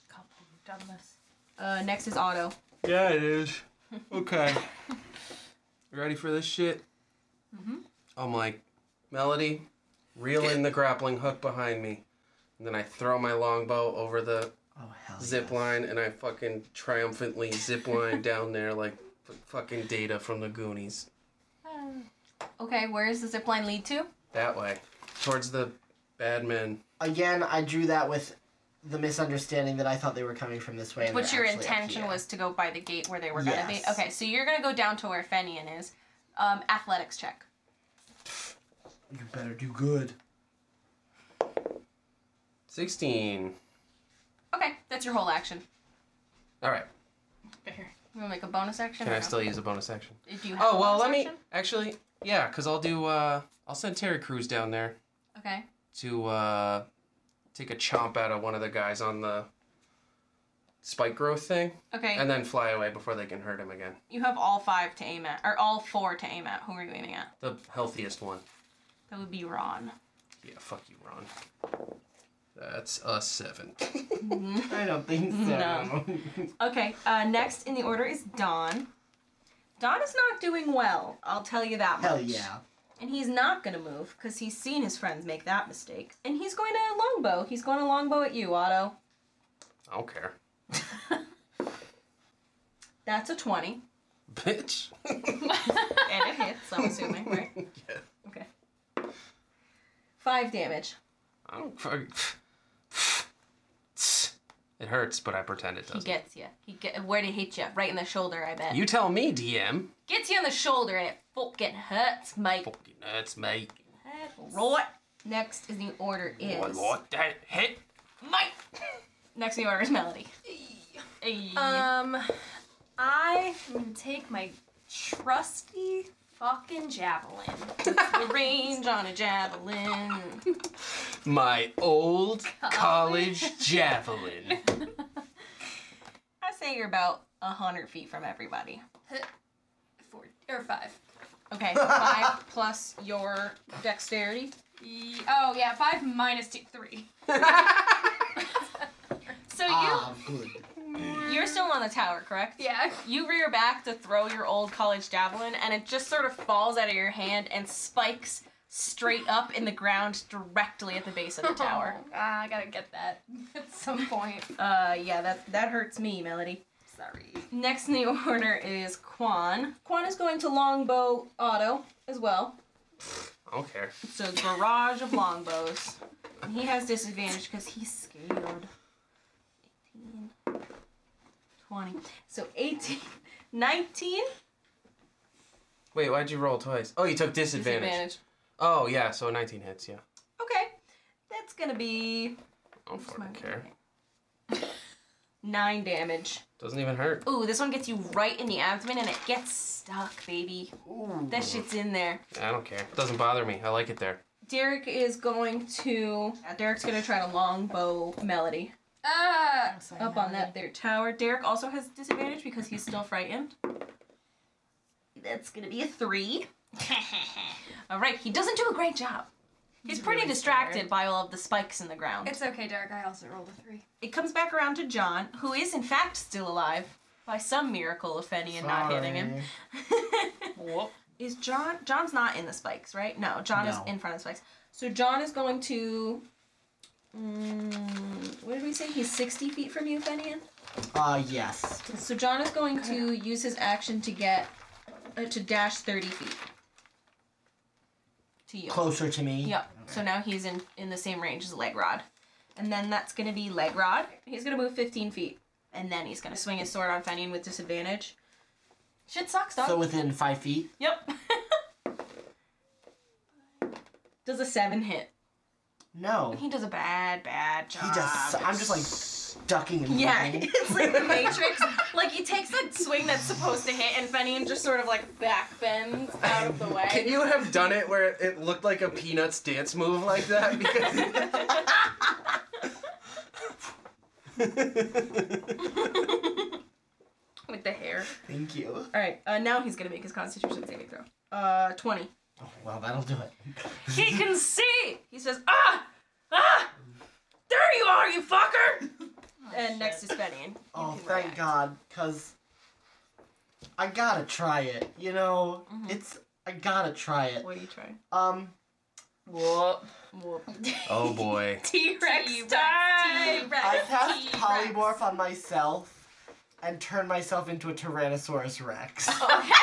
Speaker 8: God, we've done this.
Speaker 2: Uh, next is Otto.
Speaker 4: Yeah, it is. Okay. [laughs] Ready for this shit? Mm-hmm. I'm like, Melody, reel in the grappling hook behind me. And then I throw my longbow over the
Speaker 5: Oh hell.
Speaker 4: zip
Speaker 5: yes.
Speaker 4: line and I fucking triumphantly zip line down there like f- fucking data from the Goonies.
Speaker 2: Okay, where does the zip line lead to?
Speaker 4: That way. Towards the bad men.
Speaker 5: Again, I drew that with the misunderstanding that I thought they were coming from this way. and
Speaker 2: But
Speaker 5: they're
Speaker 2: your
Speaker 5: actually up
Speaker 2: intention
Speaker 5: here.
Speaker 2: was to go by the gate where they were gonna be.
Speaker 5: Yes.
Speaker 2: Okay, so you're gonna go down to where Fenian is. Um, athletics check.
Speaker 5: You better do good.
Speaker 4: 16.
Speaker 2: Okay, that's your whole action.
Speaker 4: Alright.
Speaker 2: You wanna make a bonus action?
Speaker 4: Can
Speaker 2: or
Speaker 4: I
Speaker 2: no?
Speaker 4: still use a bonus action?
Speaker 2: Do you have
Speaker 4: Oh
Speaker 2: a
Speaker 4: well, let
Speaker 2: bonus
Speaker 4: me
Speaker 2: action?
Speaker 4: actually. Yeah, cause I'll do. uh I'll send Terry Crews down there
Speaker 2: Okay.
Speaker 4: to uh take a chomp out of one of the guys on the spike growth thing,
Speaker 2: Okay.
Speaker 4: and then fly away before they can hurt him again.
Speaker 2: you have all five to aim at, or all four to aim at. Who are you aiming at?
Speaker 4: The healthiest one.
Speaker 2: That would be Ron.
Speaker 4: Yeah, fuck you, Ron. That's a seven. [laughs]
Speaker 5: I don't think so.
Speaker 2: Okay. Uh, next in the order is Don. Don is not doing well. I'll tell you that much.
Speaker 5: [laughs] hell yeah.
Speaker 2: And he's not gonna move because he's seen his friends make that mistake. And he's going to longbow. He's going to longbow at you, Otto.
Speaker 4: I don't care. [laughs]
Speaker 2: That's a 20.
Speaker 4: Bitch.
Speaker 2: And it hits, I'm assuming, right?
Speaker 5: [laughs]
Speaker 4: Yeah.
Speaker 2: Okay. Five damage.
Speaker 4: I don't fuck. [sighs] It hurts, but I pretend it
Speaker 2: He
Speaker 4: doesn't.
Speaker 2: gets you. He get where did he hit you? Right in the shoulder, I bet.
Speaker 4: You tell me, DM.
Speaker 2: Gets you in the shoulder and it fucking hurts, mate.
Speaker 4: Fucking hurts, mate.
Speaker 2: Right. Next in the order is
Speaker 4: I like that hit.
Speaker 2: Mike. [laughs] Next in the order is Melody.
Speaker 7: Um, I can take my trusty fucking javelin. [laughs]
Speaker 2: the range on a javelin.
Speaker 4: My old college javelin.
Speaker 2: I say you're about a hundred feet from everybody.
Speaker 7: Four or five.
Speaker 2: Okay, five plus your dexterity.
Speaker 7: Ye- Oh yeah, five minus two, [laughs] three. so you,
Speaker 5: Ah, good.
Speaker 2: You're still on the tower, correct?
Speaker 7: yeah,
Speaker 2: You rear back to throw your old college javelin, and it just sort of falls out of your hand and spikes straight up in the ground directly at the base
Speaker 7: [laughs]
Speaker 2: of the [laughs] tower.
Speaker 7: Oh, I gotta get that [laughs] at some point.
Speaker 2: Uh, yeah, that that hurts me, Melody.
Speaker 7: Sorry.
Speaker 2: Next in the [laughs] order is Quan. Quan is going to longbow auto as well.
Speaker 4: I don't care.
Speaker 2: So barrage of longbows. And he has disadvantage because he's scared. 18, 20. So 18, 19
Speaker 4: Wait, why'd you roll twice? Oh, you took disadvantage.
Speaker 2: disadvantage.
Speaker 4: Oh, yeah, so 19 hits, yeah.
Speaker 2: Okay, that's gonna be
Speaker 4: I don't fucking care.
Speaker 2: [laughs] nine damage.
Speaker 4: Doesn't even hurt.
Speaker 2: Ooh, this one gets you right in the abdomen and it gets stuck, baby. That shit's in there.
Speaker 4: I don't care. Doesn't bother me. I like it there.
Speaker 2: Derek is going to. uh, Derek's gonna try to longbow Melody
Speaker 7: Ah,
Speaker 2: up on that there tower. Derek also has disadvantage because he's still frightened. That's gonna be a three. [laughs] all right, he doesn't do a great job. He's, pretty distracted by all of the spikes in the ground.
Speaker 7: it's okay, Derek. I also rolled a three.
Speaker 2: it comes back around to John, who is in fact still alive by some miracle of Fenian not hitting him. [laughs] is John? John's not in the spikes, right? No, John is
Speaker 5: No.
Speaker 2: in front of the spikes. So John is going to. Mm, what did we say? He's sixty feet from you, Fenian.
Speaker 5: Uh, yes.
Speaker 2: So John is going to use his action to get uh, to dash thirty feet to you.
Speaker 5: Closer to me.
Speaker 2: Yep. So now he's in in the same range as leg rod, and then that's gonna be leg rod. He's gonna move 15 feet, and then he's gonna swing his sword on Fenian with disadvantage. Shit sucks, dog.
Speaker 5: So within five feet.
Speaker 2: yep. [laughs] does a seven hit?
Speaker 5: No.
Speaker 2: He does a bad, bad job.
Speaker 5: He just. I'm just like ducking
Speaker 2: [laughs]
Speaker 5: and [laughs]
Speaker 2: Yeah, [laughs]
Speaker 5: weaving.
Speaker 2: it's like the Matrix. like he takes that swing that's supposed to hit, and Fenian just sort of like back bends out of the way.
Speaker 4: Can you have done it where it looked like a Peanuts dance move like that? [laughs] Because.
Speaker 2: [laughs] with the hair.
Speaker 5: Thank you.
Speaker 2: All right. Uh, now he's gonna make his Constitution saving throw. Uh, 20.
Speaker 5: Oh, well, that'll do it.
Speaker 2: He can see. He says, "Ah, ah, there you are, you fucker!" and next is Fenian.
Speaker 5: Oh, thank God, because I gotta try it. You know, it's I gotta try it.
Speaker 2: Mm-hmm. What are you trying?
Speaker 5: Um,
Speaker 8: Whoop.
Speaker 4: oh, boy.
Speaker 7: T Rex
Speaker 8: time!
Speaker 5: I cast polymorph on myself and turn myself into a Tyrannosaurus Rex.
Speaker 2: Oh. Okay.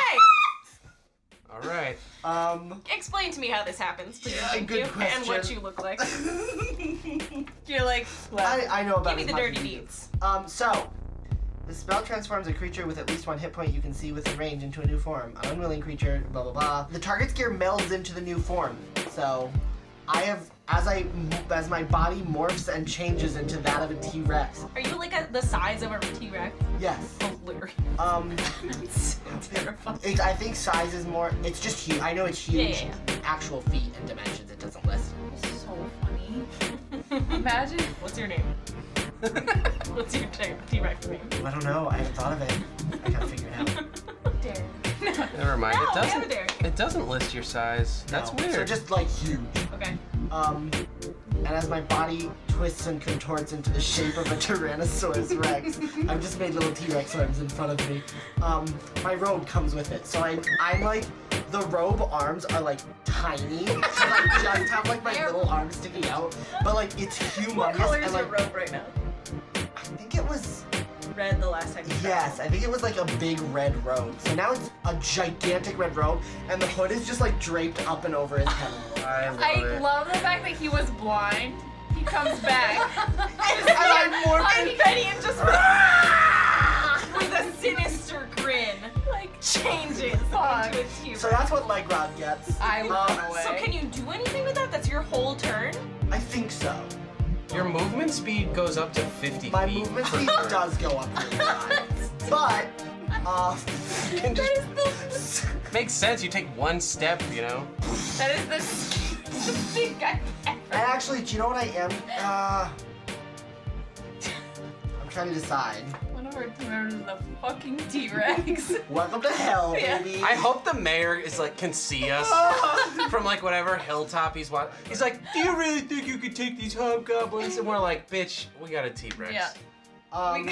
Speaker 4: All right.
Speaker 5: Um, [laughs]
Speaker 2: Explain to me how this happens, please. thank
Speaker 5: good
Speaker 2: you, And what
Speaker 5: question.
Speaker 2: you look like. You're like, well,
Speaker 5: I, I know about
Speaker 2: give me
Speaker 5: as
Speaker 2: the
Speaker 5: much
Speaker 2: dirty
Speaker 5: as you do.
Speaker 2: deeds.
Speaker 5: Um, so. The spell transforms a creature with at least one hit point you can see within range into a new form. An unwilling creature, blah blah blah. The target's gear melds into the new form. So, I have as I as my body morphs and changes into that of a T Rex.
Speaker 2: Are you like a, the size of a T Rex?
Speaker 5: Yes.
Speaker 2: Hilarious.
Speaker 5: Um,
Speaker 2: [laughs] so terrifying.
Speaker 5: it, I think size is more. It's just huge. I know it's huge.
Speaker 2: Yeah, yeah,
Speaker 5: Actual feet and dimensions. It doesn't list.
Speaker 8: So funny.
Speaker 7: [laughs]
Speaker 8: Imagine.
Speaker 2: What's your name? What's your T Rex name?
Speaker 5: I don't know. I haven't thought of it. I gotta figure it out.
Speaker 4: Never mind.
Speaker 2: No,
Speaker 4: it
Speaker 2: we have a
Speaker 4: doesn't.
Speaker 2: dare.
Speaker 4: It doesn't list your size. That's
Speaker 5: No.
Speaker 4: weird.
Speaker 5: So just like huge.
Speaker 2: Okay.
Speaker 5: Um, and as my body twists and contorts into the shape of a Tyrannosaurus
Speaker 2: [laughs]
Speaker 5: Rex, I've just made little T-Rex arms in front of me. Um, my robe comes with it, so I, I'm like, the robe arms are like tiny, so
Speaker 2: [laughs]
Speaker 5: I just have like my little arms sticking out, but like it's humongous.
Speaker 2: What color is
Speaker 5: and,
Speaker 2: your
Speaker 5: like,
Speaker 2: robe right now?
Speaker 5: I think it was
Speaker 2: red the last time you tried.
Speaker 5: Yes, I think it was like a big red robe. So now it's a gigantic red robe, and the hood is just like draped up and over his head. a little.
Speaker 4: I love
Speaker 8: I
Speaker 4: it.
Speaker 8: love the fact that he was blind. He
Speaker 2: [laughs]
Speaker 8: comes back.
Speaker 5: and I'm more
Speaker 8: I
Speaker 2: Gideon just [laughs] with a sinister grin, like changes
Speaker 8: Fuck.
Speaker 2: into its humor.
Speaker 5: So that's what Legrod gets.
Speaker 8: I run
Speaker 5: Um,
Speaker 8: away.
Speaker 2: So can you do anything with that? That's your whole turn.
Speaker 5: I think so.
Speaker 4: Your movement speed goes up to 50
Speaker 5: My
Speaker 4: feet.
Speaker 5: movement
Speaker 4: per
Speaker 8: [laughs]
Speaker 5: speed
Speaker 4: turn.
Speaker 5: does go up really high. But, uh, you can just.
Speaker 4: Makes sense. You take one step, you know.
Speaker 8: That is the stupid guy
Speaker 5: And
Speaker 8: ever.
Speaker 5: actually, do you know what I am? Uh, I'm trying to decide.
Speaker 8: One of our team members is a fucking
Speaker 7: [laughs]
Speaker 8: T-Rex. Oh
Speaker 5: Welcome to hell,
Speaker 8: Yeah.
Speaker 5: baby.
Speaker 4: I hope the mayor is like can
Speaker 2: [laughs]
Speaker 4: see us
Speaker 5: [laughs]
Speaker 4: from like whatever hilltop he's watching. He's like, "Do you really think you could take these hobgoblins?" And we're like, "Bitch, we got a T-Rex."
Speaker 8: Yeah.
Speaker 5: Um,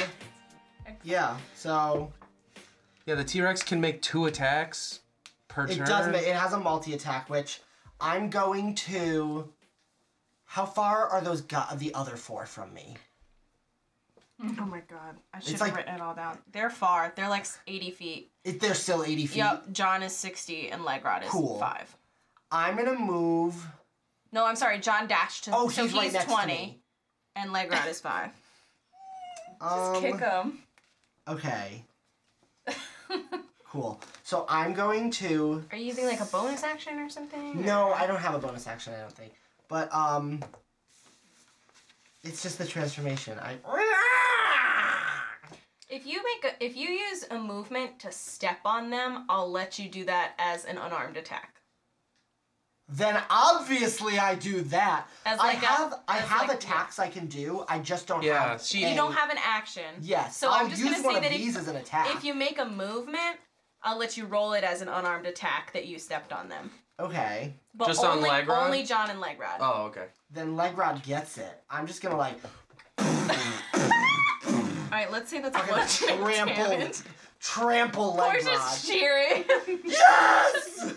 Speaker 5: yeah. So
Speaker 4: Yeah, the T-Rex can make two attacks per
Speaker 5: it
Speaker 4: turn.
Speaker 5: does. ma- It has a multi attack, which I'm going to. How far are those go- the other four from me?
Speaker 2: Oh my god, I should
Speaker 5: like-
Speaker 2: it all down. They're far. They're like 80 feet.
Speaker 5: If they're still 80 feet.
Speaker 2: Yep. John is 60 and Legrod is
Speaker 5: Cool.
Speaker 2: five.
Speaker 5: I'm gonna move.
Speaker 2: No, I'm sorry. John dashed to.
Speaker 5: Oh,
Speaker 2: so
Speaker 5: he's, right next
Speaker 2: 20
Speaker 5: to me.
Speaker 2: and Legrod is five.
Speaker 5: [laughs] Um,
Speaker 8: Kick him.
Speaker 2: [laughs]
Speaker 5: okay. cool. So I'm going to.
Speaker 2: Are you using like a bonus action or something?
Speaker 5: No, I don't have a bonus action. I don't think. But um, it's just the transformation. I.
Speaker 2: If you make a, if you use a movement to step on them, I'll let you do that as an unarmed attack.
Speaker 5: Then obviously I do that.
Speaker 2: As
Speaker 5: I
Speaker 2: like a-
Speaker 5: have I
Speaker 2: as
Speaker 5: have
Speaker 2: like-
Speaker 5: attacks I can do. I just don't
Speaker 4: Yeah,
Speaker 5: have.
Speaker 4: she- You
Speaker 2: You
Speaker 5: a-
Speaker 2: don't have an action.
Speaker 5: Yes.
Speaker 2: So
Speaker 5: I'll
Speaker 2: am just
Speaker 5: use
Speaker 2: gonna
Speaker 5: one
Speaker 2: say
Speaker 5: of
Speaker 2: that
Speaker 5: these
Speaker 2: if,
Speaker 5: as an attack.
Speaker 2: if you make a movement, I'll let you roll it as an unarmed attack that you stepped on them.
Speaker 5: Okay.
Speaker 2: But
Speaker 4: Just on
Speaker 2: only,
Speaker 4: Legrod?
Speaker 2: Only John and Legrod.
Speaker 4: Oh, okay.
Speaker 5: Then Legrod gets it. I'm just gonna like
Speaker 2: All right. Let's say that's a [laughs]
Speaker 5: gonna
Speaker 2: lunch.
Speaker 5: [laughs] trample, trample
Speaker 8: We're just
Speaker 5: Legrod.
Speaker 8: cheering.
Speaker 5: Yes.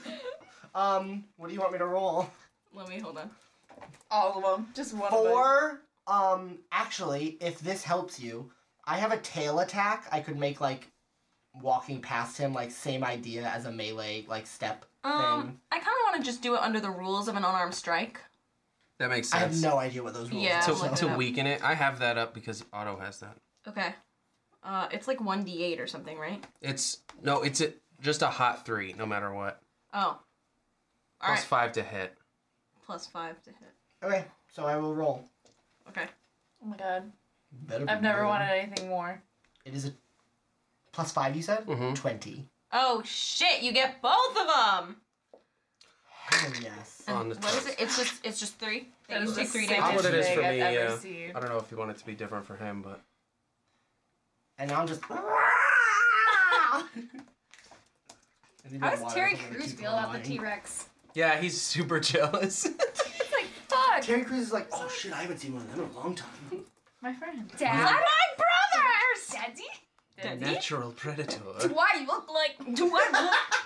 Speaker 5: um. What do you want me to roll?
Speaker 2: [laughs] Let me hold on.
Speaker 8: All of them. Just one of 'em.
Speaker 5: Or um. Actually, if this helps you, I have a tail attack. I could make like walking past him like same idea as a melee like step thing.
Speaker 2: Um, I kind of want to just do it under the rules of an unarmed strike.
Speaker 4: That makes
Speaker 5: I
Speaker 4: sense.
Speaker 5: have no idea what those rules
Speaker 2: Yeah.
Speaker 5: are.
Speaker 4: to,
Speaker 2: Look it
Speaker 4: to
Speaker 2: up.
Speaker 4: weaken it, I have that up because Otto has that.
Speaker 2: Okay. Uh, it's like one d8 or something, right?
Speaker 4: It's no, it's a, just a hot three, no matter what.
Speaker 2: Oh. All
Speaker 4: Plus
Speaker 2: right.
Speaker 4: five to hit.
Speaker 2: Plus five to hit.
Speaker 5: Okay, so I will roll.
Speaker 2: Okay.
Speaker 8: Oh my god.
Speaker 5: Better
Speaker 8: I've
Speaker 5: be
Speaker 8: never
Speaker 5: good.
Speaker 8: wanted anything more.
Speaker 5: It is a plus five. You said twenty.
Speaker 2: Oh shit! You get both of them.
Speaker 5: Hell yes.
Speaker 4: On the
Speaker 2: What is
Speaker 4: toes.
Speaker 2: it? It's just it's just three.
Speaker 8: That
Speaker 2: You
Speaker 8: is
Speaker 2: take
Speaker 8: the
Speaker 2: three
Speaker 8: sickest
Speaker 4: That's
Speaker 2: damage.
Speaker 4: what it is for
Speaker 8: I've
Speaker 4: me.
Speaker 8: ever
Speaker 4: Yeah.
Speaker 8: seen.
Speaker 4: I don't know if you want it to be different for him, but
Speaker 5: And now I'm just. [laughs]
Speaker 7: How does Terry Crews feel about the T Rex?
Speaker 4: yeah, he's [laughs] super jealous.
Speaker 8: It's like, fuck.
Speaker 5: Terry Crews is like, oh shit, I haven't seen one of them in a long [laughs] time.
Speaker 8: My friend.
Speaker 7: Dad? my brothers! Daddy?
Speaker 4: Natural predator.
Speaker 7: Why you look like.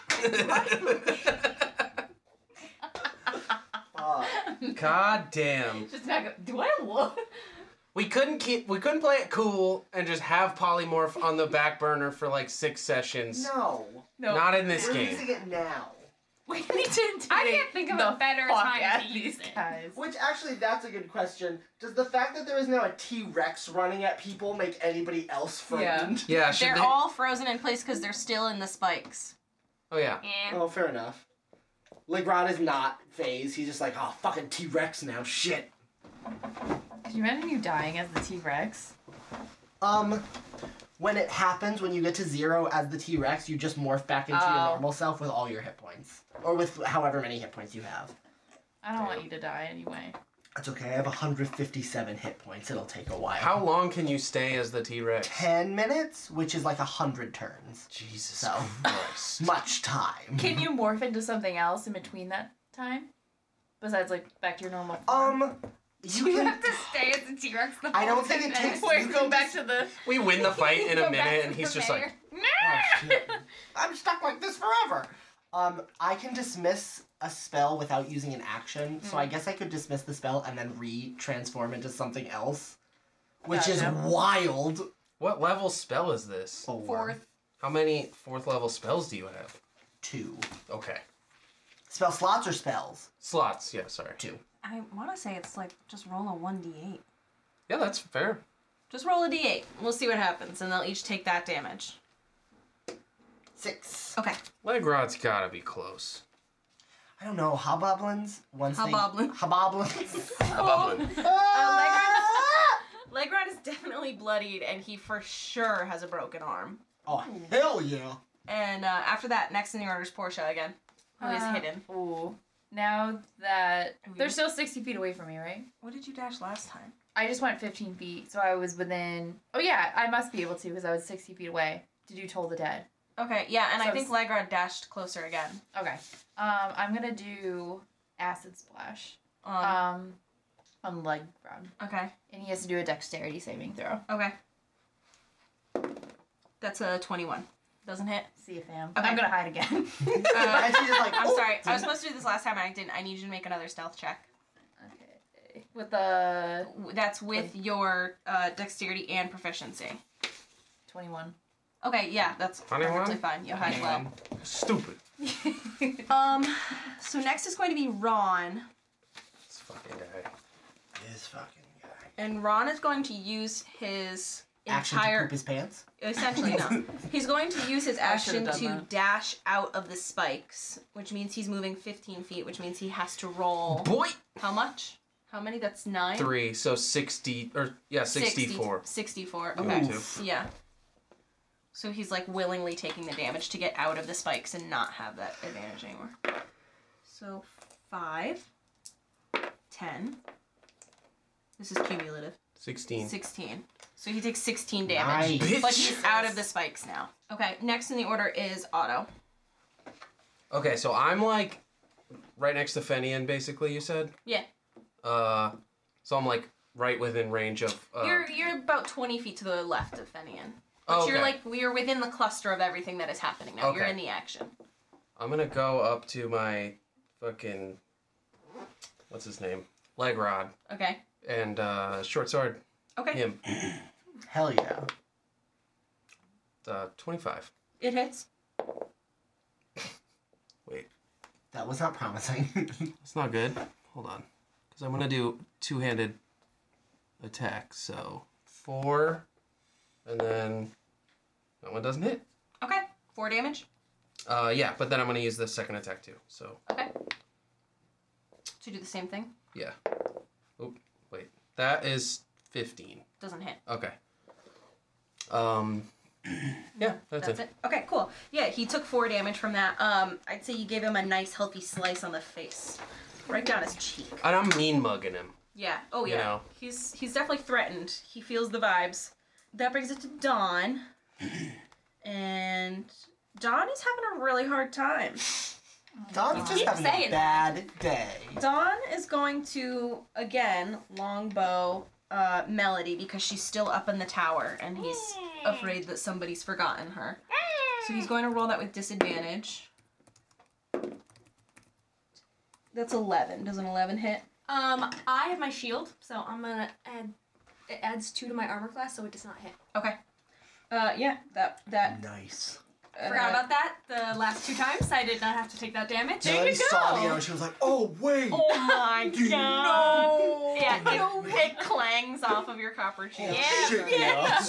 Speaker 7: [laughs]
Speaker 5: Uh,
Speaker 4: God damn.
Speaker 8: Just back up. Do I look? [laughs]
Speaker 4: We couldn't keep. We couldn't play it cool and just have polymorph on the back burner for like six sessions.
Speaker 5: no,
Speaker 8: No.
Speaker 4: Not in this
Speaker 5: we're
Speaker 4: game.
Speaker 5: using it now.
Speaker 8: [laughs] we need to intimidate
Speaker 7: I can't think of a
Speaker 8: the
Speaker 7: better
Speaker 8: fuck
Speaker 7: time
Speaker 8: out
Speaker 7: to
Speaker 8: of
Speaker 7: use
Speaker 8: these
Speaker 7: it.
Speaker 8: guys.
Speaker 5: Which actually, that's a good question. Does the fact that there is now a T Rex running at people make anybody else frightened?
Speaker 4: Yeah. Should
Speaker 2: They're
Speaker 4: they-
Speaker 2: all frozen in place because they're still in the spikes.
Speaker 4: Oh yeah.
Speaker 5: [laughs] Oh, fair enough. Legrand is not phased. He's just like, oh, fucking T Rex now, shit.
Speaker 8: Could you imagine you dying as the T-Rex?
Speaker 5: Um, when it happens, when you get to zero as the T Rex, you just morph back into your
Speaker 8: Oh.
Speaker 5: normal self with all your hit points, or with however many hit points you have.
Speaker 8: I don't want you to die anyway.
Speaker 5: That's okay. I have 157 hit points. It'll take a while.
Speaker 4: How long can you stay as the T Rex?
Speaker 5: Ten minutes, which is like a hundred turns.
Speaker 4: Jesus
Speaker 5: So.
Speaker 4: Christ.
Speaker 5: Much time.
Speaker 8: Can you morph into something else in between that time? Besides, like, back to your normal form?
Speaker 5: Um,
Speaker 8: [laughs]
Speaker 5: you
Speaker 7: You
Speaker 5: can.
Speaker 7: have to stay as a T Rex the
Speaker 5: I don't
Speaker 7: whole
Speaker 5: think it
Speaker 2: Um,
Speaker 7: time.
Speaker 2: [laughs]
Speaker 5: takes-
Speaker 8: Wait, go back to the...
Speaker 4: we win the
Speaker 7: [laughs]
Speaker 4: fight in
Speaker 7: Go
Speaker 4: a
Speaker 7: back
Speaker 4: minute,
Speaker 7: to
Speaker 4: and
Speaker 7: the
Speaker 4: he's just like,
Speaker 7: mayor.
Speaker 2: [laughs]
Speaker 5: Oh, shit. I'm stuck like this forever. Um, I can dismiss a spell without using an action, so
Speaker 2: Hmm.
Speaker 5: I guess I could dismiss the spell and then re-transform into something else, which is
Speaker 8: Gotcha.
Speaker 5: wild.
Speaker 4: What level spell is this?
Speaker 5: Four,
Speaker 7: Fourth.
Speaker 4: How many fourth level spells do you have?
Speaker 5: two.
Speaker 4: Okay.
Speaker 5: Spell slots or spells?
Speaker 4: Slots, yeah, sorry.
Speaker 5: Two.
Speaker 2: I want to say it's like just roll a 1d8.
Speaker 4: Yeah, that's fair.
Speaker 2: Just roll a d8. We'll see what happens, and they'll each take that damage.
Speaker 5: Six.
Speaker 2: Okay.
Speaker 4: Legrod's gotta be close.
Speaker 5: I don't know. Hobgoblins. Once they-
Speaker 2: Hobgoblin. [laughs]
Speaker 5: Hobgoblins.
Speaker 4: Hobgoblin.
Speaker 2: Legrod is definitely bloodied, and he for sure has a broken arm.
Speaker 5: oh
Speaker 2: [laughs]
Speaker 5: hell yeah!
Speaker 2: And uh, after that, next in the order is Portia again, who is
Speaker 8: Uh,
Speaker 2: hidden.
Speaker 8: Ooh. Now that
Speaker 2: Are we-
Speaker 8: they're still 60 feet away from me, right?
Speaker 2: What did you dash last time?
Speaker 8: I just went 15 feet, so I was within. Oh yeah, I must be able to because I was 60 feet away to do Toll the Dead.
Speaker 2: Okay, yeah, and I
Speaker 8: So
Speaker 2: think Legrod dashed closer again.
Speaker 8: Okay. Um, I'm gonna do Acid Splash.
Speaker 2: Um,
Speaker 8: Um, on leg ground,
Speaker 2: okay,
Speaker 8: and he has to do a Dexterity saving throw.
Speaker 2: okay. That's a 21. Doesn't [laughs] hit.
Speaker 8: See you, fam.
Speaker 2: Okay.
Speaker 8: I'm gonna
Speaker 2: [laughs]
Speaker 8: hide again. [laughs]
Speaker 2: Uh,
Speaker 5: And she's just like,
Speaker 2: I'm
Speaker 5: oh.
Speaker 2: sorry. I was supposed to do this last time and I didn't. I need you to make another stealth check.
Speaker 8: okay. With the
Speaker 2: W- That's with your uh, dexterity and proficiency.
Speaker 8: 21.
Speaker 2: Okay, yeah, that's
Speaker 4: 21?
Speaker 2: perfectly fine. You hide well.
Speaker 4: Stupid.
Speaker 2: Um, so next is going to be Ron,
Speaker 4: This fucking guy.
Speaker 5: This fucking guy.
Speaker 2: and Ron is going to use his
Speaker 5: Action to
Speaker 2: entire
Speaker 5: poop his pants.
Speaker 2: essentially
Speaker 5: [laughs]
Speaker 2: no. He's going to use his action
Speaker 3: done
Speaker 2: to
Speaker 3: that.
Speaker 2: dash out of the spikes, which means he's moving 15 feet, which means he has to roll
Speaker 4: Boy!
Speaker 2: how much? How many? That's nine.
Speaker 4: Three, so 60, or yeah, 64.
Speaker 2: 64. Okay.
Speaker 4: Ooh.
Speaker 2: Yeah. So he's like willingly taking the damage to get out of the spikes and not have that advantage anymore. So five, ten. This is cumulative.
Speaker 4: 16.
Speaker 2: 16. So he takes 16 damage.
Speaker 5: Nice.
Speaker 2: But
Speaker 4: Bitch.
Speaker 2: he's out of the spikes now. Okay, next in the order is Otto.
Speaker 4: Okay, so I'm like right next to Fenian, basically, you said?
Speaker 2: Yeah.
Speaker 4: Uh, so I'm like right within range of. Uh,
Speaker 2: you're you're about 20 feet to the left of Fenian. But you're
Speaker 4: Oh, Okay.
Speaker 2: like we're within the cluster of everything that is happening now. You're
Speaker 4: Okay.
Speaker 2: in the action.
Speaker 4: I'm gonna go up to my fucking. What's his name? Legrod.
Speaker 2: Okay.
Speaker 4: And uh, short sword
Speaker 2: Okay.
Speaker 4: him.
Speaker 5: Hell yeah.
Speaker 4: Uh, 25.
Speaker 2: It hits.
Speaker 4: Wait,
Speaker 5: That was not promising. [laughs]
Speaker 4: that's not good. Hold on. Because I'm gonna do two handed attack. So four. And then that one doesn't hit.
Speaker 2: Okay. 4 damage.
Speaker 4: Uh, yeah, but then I'm gonna use the second attack too. So
Speaker 2: Okay. To do the same thing.
Speaker 4: yeah. Oop, wait. That is 15.
Speaker 2: Doesn't hit.
Speaker 4: Okay. Um. [clears throat] Yeah, that's,
Speaker 2: That's it. Okay, cool. Yeah, he took four damage from that. Um, I'd say you gave him a nice healthy slice on the face, right down his cheek.
Speaker 4: And I'm mean mugging him.
Speaker 2: Yeah. Oh
Speaker 4: You
Speaker 2: yeah.
Speaker 4: know.
Speaker 2: He's he's definitely threatened. He feels the vibes. That brings it to Dawn. [clears throat] and Dawn is having a really hard time.
Speaker 5: Don's just
Speaker 7: Keep
Speaker 5: having a
Speaker 7: saying
Speaker 5: bad day.
Speaker 2: Dawn is going to again longbow uh, Melody because she's still up in the tower and he's afraid that somebody's forgotten her. So he's going to roll that with disadvantage. That's eleven. Does an eleven hit?
Speaker 7: Um, I have my shield, so I'm gonna add. It adds two to my armor class, so it does not hit.
Speaker 2: Okay. Uh, yeah. That that.
Speaker 5: Nice.
Speaker 2: Uh, [laughs]
Speaker 7: Forgot about that. The last two times, I did not have to take that damage.
Speaker 5: Melody saw the arrow. She was like, "Oh wait,
Speaker 2: Oh [laughs] my
Speaker 5: Do you
Speaker 2: god! Yeah, it, it clangs off of your copper shield.
Speaker 7: Yeah.
Speaker 5: shit, yeah."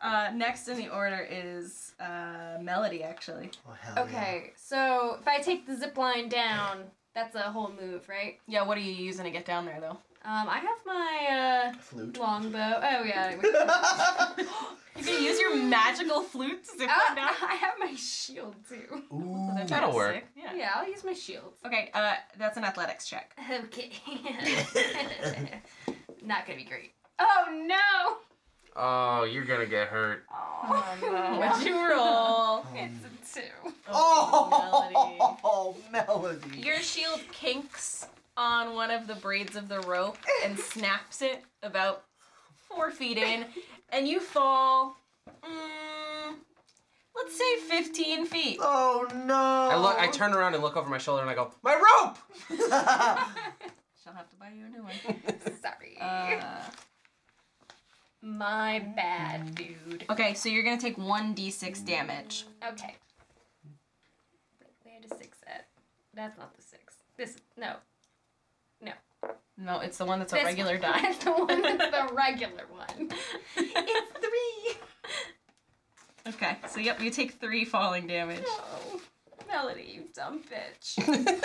Speaker 2: Uh, next in the order is uh, Melody, actually.
Speaker 5: Oh, hell yeah.
Speaker 7: Okay, so if I take the zip line down, that's a whole move, right?
Speaker 2: Yeah, what are you using to get down there, though?
Speaker 7: Um, I have my
Speaker 5: Flute. [laughs]
Speaker 7: uh, longbow. Oh yeah. wait.
Speaker 2: You can use your magical flute to zip
Speaker 7: Ah,
Speaker 2: one down.
Speaker 7: [laughs] I have my shield too.
Speaker 5: Ooh.
Speaker 4: That'll work.
Speaker 2: Sick, Yeah.
Speaker 7: Yeah, I'll use my shield.
Speaker 2: Okay, uh, that's an athletics check.
Speaker 7: Okay. [laughs] Not gonna be great. Oh no!
Speaker 4: Oh, you're gonna get hurt.
Speaker 7: Oh, [laughs]
Speaker 2: What'd you [laughs] roll?
Speaker 7: It's a two. [laughs]
Speaker 5: Oh, melody.
Speaker 2: Your shield kinks on one of the braids of the rope and snaps it about four feet in, and you fall, mm, let's say 15 feet.
Speaker 5: Oh no.
Speaker 4: I look.
Speaker 5: Oh.
Speaker 4: I turn around and look over my shoulder, and I go, [laughs] "My rope!"
Speaker 2: She'll have to buy you a new one.
Speaker 7: Sorry.
Speaker 2: Uh,
Speaker 7: Uh, My bad, dude.
Speaker 2: Okay, so you're gonna take one d6 damage.
Speaker 7: Okay. Where did six at? That's not the six. This no.
Speaker 2: No, it's the one that's
Speaker 7: This one.
Speaker 2: [laughs]
Speaker 7: That's [laughs] the one that's the regular one. it's three.
Speaker 2: Okay, so yep, you take three falling [laughs] damage.
Speaker 7: Oh, Melody, you dumb bitch.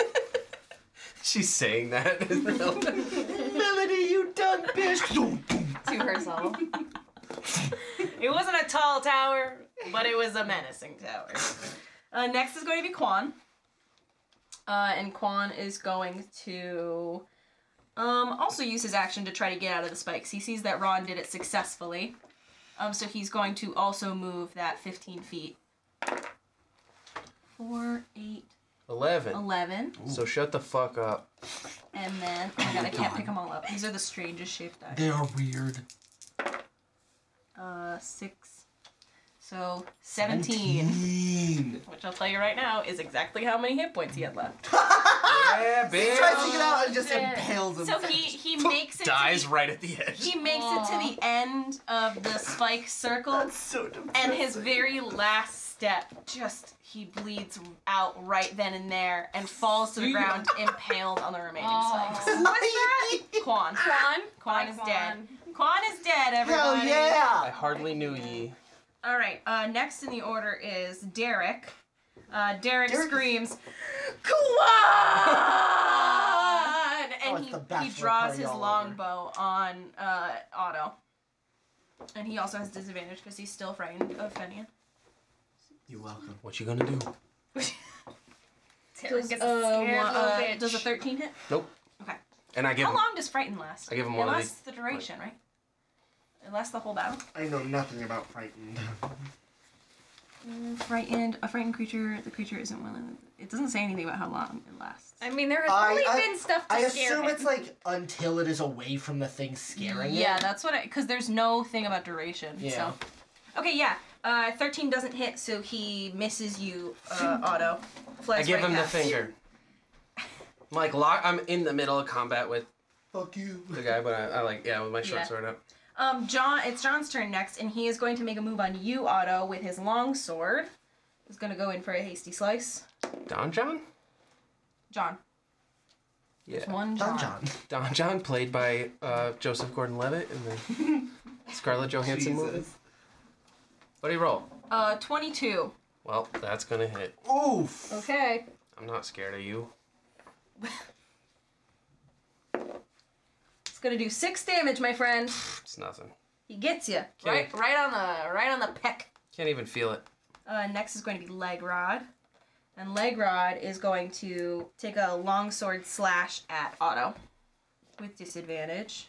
Speaker 4: She's saying that. [laughs]
Speaker 5: [laughs] Melody, you dumb bitch.
Speaker 8: [laughs] to herself.
Speaker 2: It wasn't a tall tower, but it was a menacing tower. Uh, next is going to be Quan. Uh, and Quan is going to um, also use his action to try to get out of the spikes. He sees that Ron did it successfully. Um, so he's going to also move that 15 feet. 4, 8,
Speaker 4: Eleven.
Speaker 2: 11.
Speaker 4: So shut the fuck up.
Speaker 2: And then, oh my god, I can't pick them all up. These are the strangest shaped dice.
Speaker 5: they are weird.
Speaker 2: Uh, six. So, 17,
Speaker 5: Mean.
Speaker 2: which I'll tell you right now is exactly how many hit points he had left.
Speaker 4: Yeah,
Speaker 5: He
Speaker 4: bitch.
Speaker 5: tries to get out and just impales
Speaker 2: So
Speaker 5: himself.
Speaker 2: he, he makes it
Speaker 4: Dies
Speaker 2: To
Speaker 4: right at the edge.
Speaker 2: the, he makes it to the end of the spike circle,
Speaker 5: so
Speaker 2: and his [laughs] very last step just he bleeds out right then and there and falls to the ground impaled on the remaining spikes.
Speaker 5: [laughs]
Speaker 2: Quan.
Speaker 7: One.
Speaker 2: Quan is dead. Quan is dead, everybody.
Speaker 5: Hell yeah!
Speaker 4: I hardly knew ye.
Speaker 2: All right. Uh, next in the order is Derek. Uh, Derek,
Speaker 5: Derek-
Speaker 2: screams, "Quan!"
Speaker 5: [laughs] Oh,
Speaker 2: and
Speaker 5: it's the
Speaker 2: he, he
Speaker 5: bachelor
Speaker 2: draws
Speaker 5: party
Speaker 2: his
Speaker 5: all over.
Speaker 2: longbow on uh, Otto. And he also has disadvantage because he's still frightened of Fenian.
Speaker 5: You're welcome.
Speaker 4: What you gonna do?
Speaker 7: Does,
Speaker 8: gets
Speaker 2: Uh,
Speaker 7: scared
Speaker 2: one-
Speaker 7: little
Speaker 2: uh,
Speaker 7: bitch.
Speaker 2: does a thirteen hit?
Speaker 4: Nope.
Speaker 2: Okay.
Speaker 4: And I give
Speaker 2: How
Speaker 4: him.
Speaker 2: long does frighten last?
Speaker 4: I give him
Speaker 2: it
Speaker 4: one of
Speaker 2: lasts the duration, right? It lasts the whole battle.
Speaker 5: I know nothing about [laughs] frightened.
Speaker 2: Frightened, a frightened creature. The creature isn't willing. It doesn't say anything about how long it lasts.
Speaker 7: I mean, there has
Speaker 5: I-
Speaker 7: only
Speaker 5: I-
Speaker 7: been stuff to
Speaker 5: I
Speaker 7: scare
Speaker 5: assume
Speaker 7: him.
Speaker 5: it's like until it is away from the thing scaring it.
Speaker 2: Yeah, that's what I. Because there's no thing about duration.
Speaker 5: Yeah.
Speaker 2: So. Okay, yeah. Uh, 13 doesn't hit, so he misses you, uh, Otto. Flies
Speaker 4: I give
Speaker 2: right
Speaker 4: him the
Speaker 2: past.
Speaker 4: finger. I'm like lock. I'm in the middle of combat with
Speaker 5: Fuck you.
Speaker 4: the guy, but I, I like yeah with my short
Speaker 2: Yeah.
Speaker 4: sword up.
Speaker 2: Um, John. It's John's turn next, and he is going to make a move on you, Otto, with his long sword. He's gonna go in for a hasty slice.
Speaker 4: Don John.
Speaker 2: John.
Speaker 4: Yeah.
Speaker 2: One John.
Speaker 5: Don John.
Speaker 4: Don John, played by uh, Joseph Gordon-Levitt in
Speaker 2: [laughs]
Speaker 4: the Scarlett Johansson movie. What do you roll?
Speaker 2: Uh, 22.
Speaker 4: Well, that's gonna hit.
Speaker 5: Oof.
Speaker 2: Okay.
Speaker 4: I'm not scared of you.
Speaker 2: It's gonna do six damage, my friend.
Speaker 4: It's nothing.
Speaker 2: He gets you
Speaker 4: Kidding.
Speaker 2: right, right on the, right on the peck.
Speaker 4: Can't even feel it.
Speaker 2: Uh, next is going to be leg rod. And leg rod is going to take a longsword slash at Otto with disadvantage.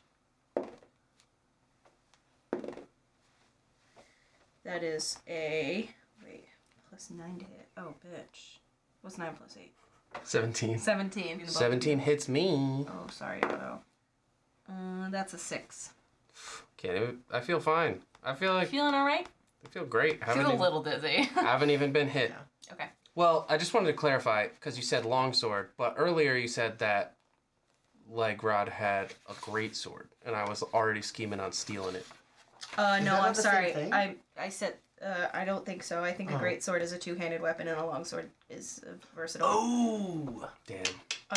Speaker 2: That is a wait plus nine to hit. Oh bitch, what's nine plus eight?
Speaker 4: 17.
Speaker 2: Seventeen.
Speaker 4: 17 hits me.
Speaker 2: Oh sorry, Otto. Uh, that's a six.
Speaker 4: Can't even, I feel fine. I feel like
Speaker 2: Feeling all right?
Speaker 4: I feel great.
Speaker 8: She's
Speaker 4: Haven't
Speaker 8: a
Speaker 4: even,
Speaker 8: little dizzy. [laughs]
Speaker 4: haven't even
Speaker 2: [laughs]
Speaker 4: been hit.
Speaker 2: Okay.
Speaker 4: Well, I just wanted to clarify because you said longsword, but earlier you said that leg rod had a great sword, and I was already scheming on stealing it.
Speaker 2: Uh,
Speaker 5: Is
Speaker 2: no,
Speaker 5: that not
Speaker 2: I'm
Speaker 5: the same
Speaker 2: sorry.
Speaker 5: thing? Oh.
Speaker 2: I I said uh, I don't think so. I think a great sword is a two-handed weapon, and a long sword is uh, versatile.
Speaker 5: Ooh.
Speaker 4: Damn.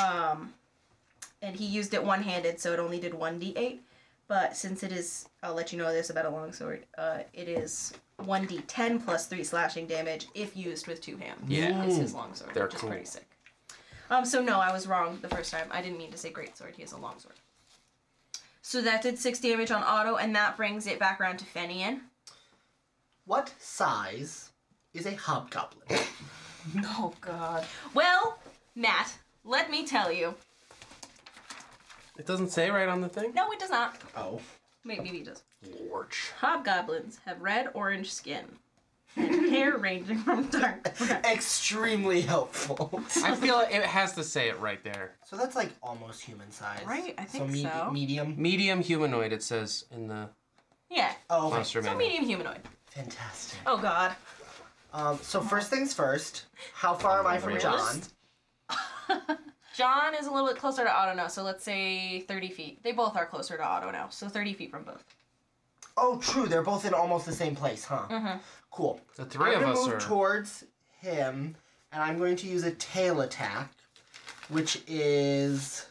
Speaker 5: Oh.
Speaker 2: Um, and he used it one-handed, so it only did one d8. But since it is, I'll let you know this about a long sword. Uh, it is one d10 plus three slashing damage if used with two hands.
Speaker 4: Yeah.
Speaker 2: is his long sword,
Speaker 4: They're
Speaker 2: which
Speaker 4: cool.
Speaker 2: is pretty sick. Um, so no, I was wrong the first time. I didn't mean to say great sword. He has a long sword. So that did six damage on Otto, and that brings it back around to Fenian.
Speaker 5: What size is a hobgoblin?
Speaker 8: oh god.
Speaker 2: Well, Matt, let me tell you.
Speaker 4: It doesn't say right on the thing.
Speaker 2: No, it does not.
Speaker 5: oh.
Speaker 2: Wait, maybe it does.
Speaker 4: Lorch.
Speaker 2: Hobgoblins have red orange skin and hair ranging from dark. brown.
Speaker 5: Extremely helpful. [laughs]
Speaker 4: I feel like it has to say it right there.
Speaker 5: so that's like almost human size.
Speaker 2: Right, I think
Speaker 5: medi-
Speaker 2: so.
Speaker 5: medium.
Speaker 4: Medium humanoid, it says in the
Speaker 2: Yeah,
Speaker 5: Oh, okay.
Speaker 4: monster
Speaker 2: so
Speaker 4: manual.
Speaker 2: medium humanoid.
Speaker 5: fantastic.
Speaker 2: Oh god.
Speaker 5: Um, so first things first, how far am I from John?
Speaker 2: John is a little bit closer to Otto now, so let's say 30 feet. They both are closer to Otto now, so 30 feet from both.
Speaker 5: Oh, true. They're both in almost the same place,
Speaker 2: Mm-hmm.
Speaker 5: huh? Cool.
Speaker 4: The three
Speaker 5: I'm
Speaker 4: of
Speaker 5: gonna
Speaker 4: us
Speaker 5: move
Speaker 4: are.
Speaker 5: towards him, and I'm going to use a tail attack, which is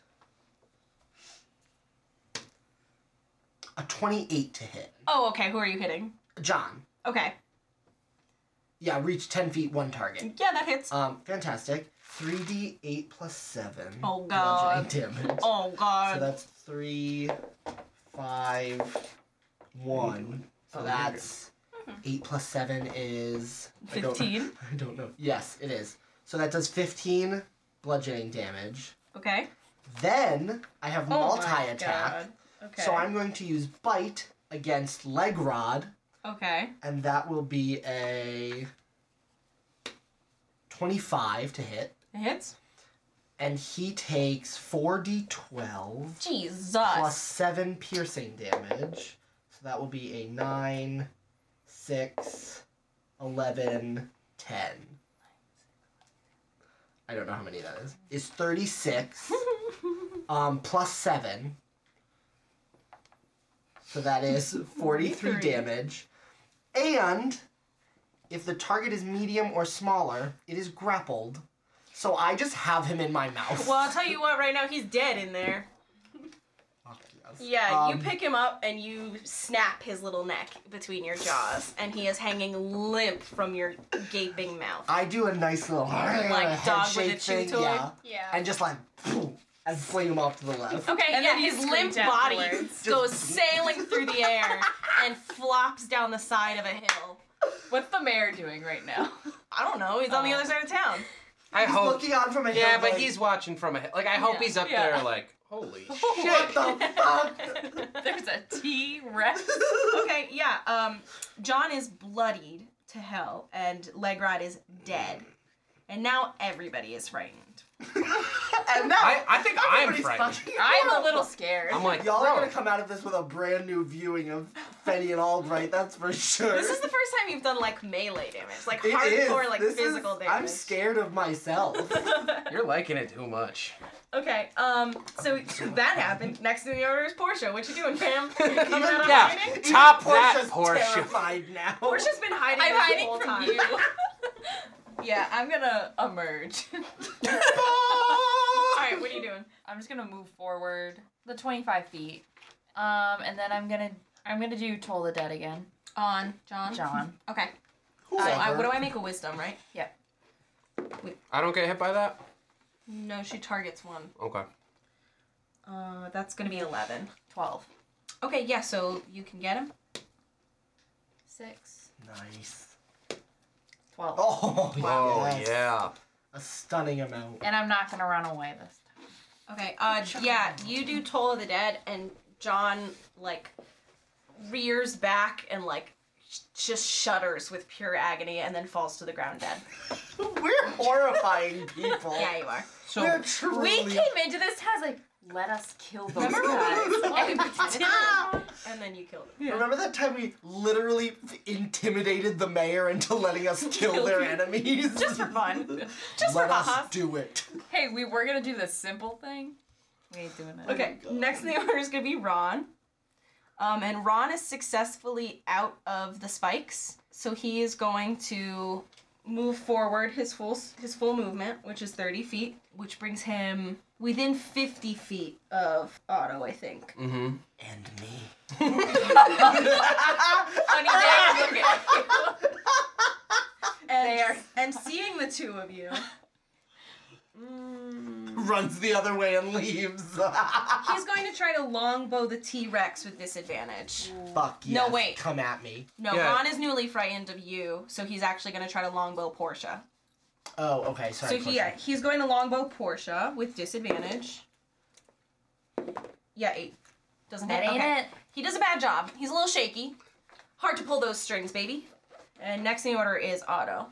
Speaker 5: a 28 to hit.
Speaker 2: Oh, okay. Who are you hitting?
Speaker 5: John,
Speaker 2: Okay.
Speaker 5: yeah, reach 10 feet, one target.
Speaker 2: Yeah, that hits.
Speaker 5: Um, fantastic. 3d8 plus 7.
Speaker 2: Oh, God.
Speaker 5: Bludgeoning damage.
Speaker 2: Oh
Speaker 5: So
Speaker 2: god.
Speaker 5: that's three, five, one. So that's
Speaker 2: Mm-hmm.
Speaker 5: eight plus seven is I don't-
Speaker 2: 15?
Speaker 5: [laughs] I don't know. Yes, it is. So that does fifteen bludgeoning damage.
Speaker 2: Okay.
Speaker 5: Then I have
Speaker 2: Oh my
Speaker 5: multi attack.
Speaker 2: God. Okay.
Speaker 5: So I'm going to use bite against leg rod,
Speaker 2: Okay.
Speaker 5: and that will be a twenty-five to hit,
Speaker 2: It hits.
Speaker 5: and he takes four d twelve.
Speaker 2: Jesus.
Speaker 5: plus seven piercing damage. So that will be a nine, six, eleven, ten. I don't know how many that is.
Speaker 2: [laughs]
Speaker 5: It's 36 um, plus 7. So
Speaker 2: [laughs]
Speaker 5: that is 43 damage. And if the target is medium or smaller, it is grappled. So I just have him in my mouth.
Speaker 2: Well, I'll tell you what. Right now, he's dead in there.
Speaker 5: [laughs] Fuck yes.
Speaker 2: Yeah,
Speaker 5: Um,
Speaker 2: you pick him up and you snap his little neck between your jaws, and he is hanging limp from your gaping mouth.
Speaker 5: I do a nice little [laughs] head
Speaker 2: dog with a
Speaker 5: shake
Speaker 2: chew
Speaker 5: thing,
Speaker 2: toy?
Speaker 5: yeah,
Speaker 8: Yeah.
Speaker 5: and just like and fling him off to the left.
Speaker 2: Okay,
Speaker 8: And
Speaker 2: yeah,
Speaker 8: then he
Speaker 2: his limp
Speaker 8: screamed
Speaker 2: body
Speaker 8: afterwards.
Speaker 2: goes sailing through the air and flops down the side of a hill.
Speaker 8: What's the mayor doing right now? Uh,
Speaker 2: I don't know. He's on the other side of town.
Speaker 4: I hope.
Speaker 5: Looking on from a hill
Speaker 4: Yeah, but
Speaker 5: going,
Speaker 4: he's watching from a. Like I hope
Speaker 8: Yeah.
Speaker 4: he's up
Speaker 2: Yeah.
Speaker 4: there. Like
Speaker 2: [laughs]
Speaker 4: holy
Speaker 5: what
Speaker 4: shit.
Speaker 5: the fuck?
Speaker 8: There's a T Rex.
Speaker 2: Okay, yeah. Um, John is bloodied to hell, and Legrod is dead, and now everybody is frightened.
Speaker 5: And now
Speaker 4: I, I think I'm
Speaker 5: everybody's
Speaker 2: [laughs]
Speaker 4: frightened.
Speaker 5: fucking-
Speaker 8: I'm a little scared.
Speaker 4: I'm like,
Speaker 5: Y'all are
Speaker 4: bro,
Speaker 5: gonna come out of this with a brand new viewing of Fetty and Albright. That's for sure.
Speaker 2: This is the first time you've done like melee damage, like
Speaker 5: [laughs] It is.
Speaker 2: hardcore, like
Speaker 5: This is-
Speaker 2: physical damage.
Speaker 5: I'm scared
Speaker 2: [laughs]
Speaker 5: of myself.
Speaker 4: you're liking it too much.
Speaker 2: Okay, um, so that happened. Next in the order is Portia. What you doing,
Speaker 5: [laughs]
Speaker 2: fam? Coming out of
Speaker 4: Yeah.
Speaker 2: hiding?
Speaker 4: Top that,
Speaker 5: Portia's
Speaker 4: Portia.
Speaker 5: terrified now. [laughs]
Speaker 2: Portia's been hiding.
Speaker 8: I'm
Speaker 2: this
Speaker 8: hiding
Speaker 2: whole
Speaker 8: from
Speaker 2: time. [laughs]
Speaker 8: you. yeah, I'm gonna emerge.
Speaker 4: [laughs]
Speaker 2: All right, what are you doing?
Speaker 8: I'm just gonna move forward the 25 feet, um, and then I'm gonna I'm gonna do toll the dead again,
Speaker 2: On John.
Speaker 8: [laughs] John.
Speaker 2: Okay.
Speaker 5: Whoever.
Speaker 2: I, what do I make a wisdom, right?
Speaker 4: I don't get hit by that.
Speaker 2: No, she targets one.
Speaker 4: Okay.
Speaker 2: Uh, that's gonna be eleven.
Speaker 8: 12.
Speaker 2: Okay, yeah. So you can get him.
Speaker 8: Six.
Speaker 5: Nice.
Speaker 8: 12.
Speaker 5: Oh,
Speaker 4: Oh
Speaker 5: yes.
Speaker 4: yeah.
Speaker 5: A stunning amount.
Speaker 8: And I'm not gonna run away this time.
Speaker 2: Okay. Uh, yeah. You do Toll of the Dead, and John like rears back and like sh- just shudders with pure agony, and then falls to the ground dead.
Speaker 5: [laughs] We're horrifying people.
Speaker 2: Yeah, you are.
Speaker 5: We're truly
Speaker 8: We came into this house like, let us
Speaker 5: [laughs]
Speaker 8: kill those guys. [laughs] And we did.
Speaker 2: [laughs] And then you kill them.
Speaker 5: Remember that time we literally f- intimidated the mayor into
Speaker 2: [laughs]
Speaker 5: letting us kill their enemies?
Speaker 2: Just for
Speaker 5: [laughs]
Speaker 2: fun. Just
Speaker 5: Let
Speaker 2: for
Speaker 5: us
Speaker 2: ha
Speaker 5: do it.
Speaker 8: hey, we were gonna do the simple thing. We ain't doing that.
Speaker 2: Okay, next in the order is gonna be Ron. Um, and Ron is successfully out of the spikes, so he is going to move forward his full his full movement, which is thirty feet, which brings him within fifty feet of Otto, I think.
Speaker 5: And me.
Speaker 8: Funny day.
Speaker 2: [laughs]
Speaker 8: Okay.
Speaker 2: And, [laughs] and seeing the two of you,
Speaker 5: Runs the other way and leaves. [laughs]
Speaker 2: he's going to try to longbow the T Rex with disadvantage.
Speaker 5: Fuck yes.
Speaker 2: No, wait.
Speaker 5: Come at me.
Speaker 2: No,
Speaker 4: Yeah.
Speaker 2: Ron is newly frightened of you, so he's actually going to try to longbow Portia.
Speaker 5: Oh, okay. Sorry.
Speaker 2: So he yeah, he's going to longbow Portia with disadvantage. Yeah, eight. Doesn't
Speaker 8: That
Speaker 2: hit.
Speaker 8: ain't
Speaker 2: Okay.
Speaker 8: it.
Speaker 2: He does a bad job. He's a little shaky. Hard to pull those strings, baby. And next in the order is Otto.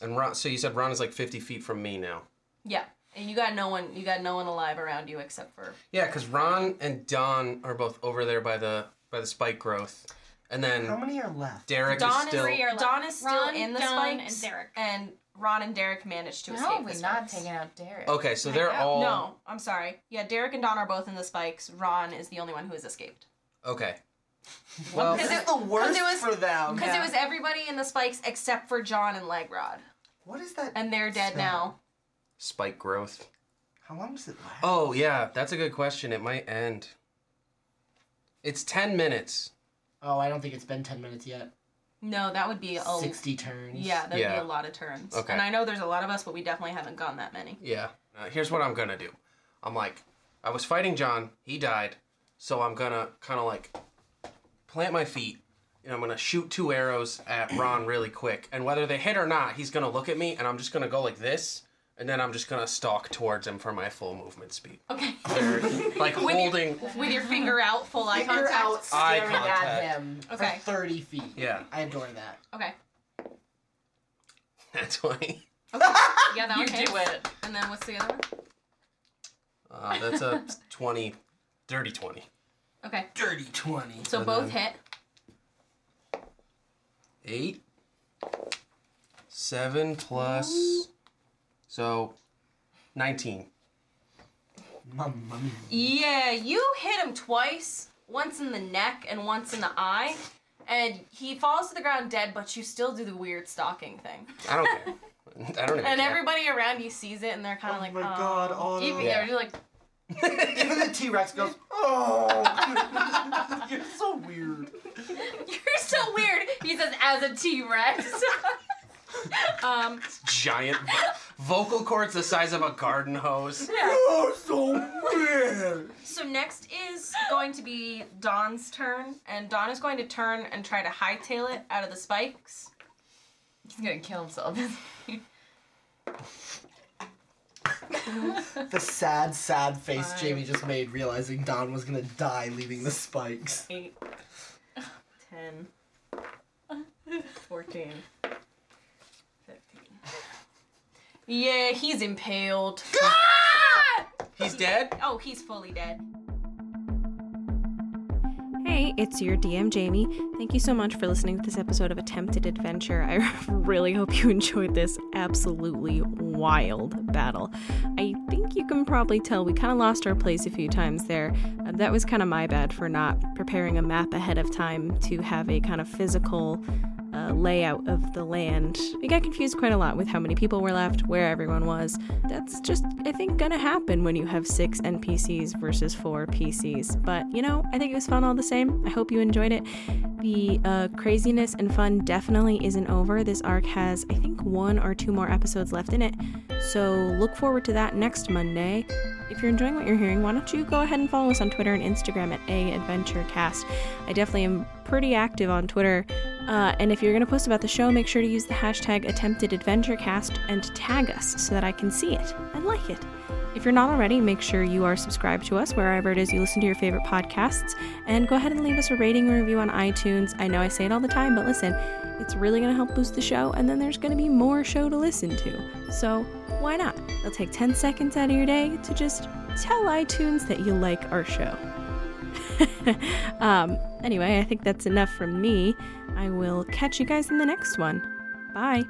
Speaker 4: And Ron, so you said Ron is like 50 feet from me now.
Speaker 2: Yeah. And you got no one you got no one alive around you except for
Speaker 4: Yeah, because Ron and Don are both over there by the by the spike growth, and
Speaker 2: uh,
Speaker 5: How
Speaker 4: then
Speaker 5: many are left?
Speaker 4: Derek
Speaker 2: Don
Speaker 4: is still.
Speaker 2: is,
Speaker 7: are left.
Speaker 2: Don is still
Speaker 7: Ron,
Speaker 2: in the
Speaker 7: Don,
Speaker 2: spikes.
Speaker 7: and Derek.
Speaker 2: and Ron and Derek managed to
Speaker 8: How
Speaker 2: escape
Speaker 8: are we
Speaker 2: the
Speaker 8: not
Speaker 2: spikes.
Speaker 8: taking out Derek?
Speaker 4: okay, so they're all.
Speaker 2: No, I'm sorry. Yeah, Derek and Don are both in the spikes. Ron is the only one who has escaped.
Speaker 4: Okay. Well,
Speaker 2: Because
Speaker 5: This
Speaker 2: it-
Speaker 5: is the worst
Speaker 2: it was-
Speaker 5: for them.
Speaker 2: Because
Speaker 8: Yeah.
Speaker 2: it was everybody in the spikes except for John and Legrod.
Speaker 5: What is that?
Speaker 2: And they're dead
Speaker 5: spell?
Speaker 2: now.
Speaker 4: spike growth.
Speaker 5: How long does it last?
Speaker 4: Oh yeah, that's a good question. It might end. It's ten minutes.
Speaker 5: Oh, I don't think it's been 10 minutes yet.
Speaker 2: No, that would be a
Speaker 5: 60 turns.
Speaker 2: Oh, yeah, that'd
Speaker 4: Yeah.
Speaker 2: be a lot of turns.
Speaker 4: Okay.
Speaker 2: And I know there's a lot of us, but we definitely haven't gone that many.
Speaker 4: Yeah. Uh, here's what I'm gonna do. I'm like, I was fighting John. He died, so I'm gonna kind of like plant my feet, and I'm gonna shoot two arrows at Ron really quick. And whether they hit or not, he's gonna look at me, and I'm just gonna go like this, and then I'm just gonna stalk towards him for my full movement speed.
Speaker 2: Okay.
Speaker 4: They're, like holding.
Speaker 2: [laughs]
Speaker 4: [laughs]
Speaker 2: With your finger out, full eye
Speaker 5: You're
Speaker 2: contact.
Speaker 5: out
Speaker 4: Eye
Speaker 5: staring at
Speaker 4: contact.
Speaker 5: him
Speaker 2: Okay.
Speaker 5: for 30 feet.
Speaker 4: Yeah.
Speaker 5: I adore that.
Speaker 2: Okay.
Speaker 4: That's funny.
Speaker 2: Yeah, that
Speaker 8: You
Speaker 2: one hits.
Speaker 8: do it.
Speaker 2: And then what's the other one?
Speaker 4: Uh, that's a 20, dirty 20.
Speaker 2: Okay.
Speaker 5: Dirty 20.
Speaker 2: So
Speaker 4: And
Speaker 2: both
Speaker 4: then-
Speaker 2: hit.
Speaker 4: Eight. Seven plus. So, 19.
Speaker 5: Mamma mia.
Speaker 2: Yeah, you hit him twice, once in the neck and once in the eye, and he falls to the ground dead, but you still do the weird stalking thing.
Speaker 4: I don't care. I don't even
Speaker 2: And
Speaker 4: care.
Speaker 2: everybody around you sees it and they're
Speaker 5: Oh
Speaker 2: kind of like, "Oh." "Aw."
Speaker 5: Autumn.
Speaker 8: Even,
Speaker 4: Yeah.
Speaker 8: yeah. you're like, [laughs]
Speaker 5: [laughs] Even the T Rex goes, oh. [laughs] You're so weird.
Speaker 8: you're so weird. He says, as a T Rex. [laughs]
Speaker 2: Um,
Speaker 4: Giant vocal cords the size of a garden hose.
Speaker 5: You're so weird.
Speaker 2: so next is going to be Dawn's turn, and Dawn is going to turn and try to hightail it out of the spikes.
Speaker 8: He's gonna kill himself. [laughs]
Speaker 5: The sad, sad face Jamie just made realizing Don was gonna die leaving the spikes.
Speaker 2: Eight, ten, fourteen, fifteen. Yeah, he's impaled.
Speaker 4: He's dead?
Speaker 2: Oh, he's fully dead.
Speaker 1: Hey, it's your DM, Jamie. Thank you so much for listening to this episode of Attempted Adventure. I [laughs] really hope you enjoyed this absolutely wild battle. I think you can probably tell we kind of lost our place a few times there. Uh, that was kind of my bad for not preparing a map ahead of time to have a kind of physical uh, layout of the land. We got confused quite a lot with how many people were left, where everyone was. That's just, I think, gonna happen when you have six NPCs versus four PCs. But, you know, I think it was fun all the same. I hope you enjoyed it. The uh, craziness and fun definitely isn't over. This arc has, I think, one or two more episodes left in it. So look forward to that next Monday. If you're enjoying what you're hearing, why don't you go ahead and follow us on Twitter and Instagram at AAdventureCast. I definitely am pretty active on Twitter. Uh, and if you're going to post about the show, make sure to use the hashtag AttemptedAdventureCast and tag us so that I can see it and like it. If you're not already, make sure you are subscribed to us wherever it is you listen to your favorite podcasts. And go ahead and leave us a rating and review on iTunes. I know I say it all the time, but listen, it's really going to help boost the show, and then there's going to be more show to listen to. So why not? It'll take 10 seconds out of your day to just tell iTunes that you like our show. um, anyway, I think that's enough from me. I will catch you guys in the next one. Bye.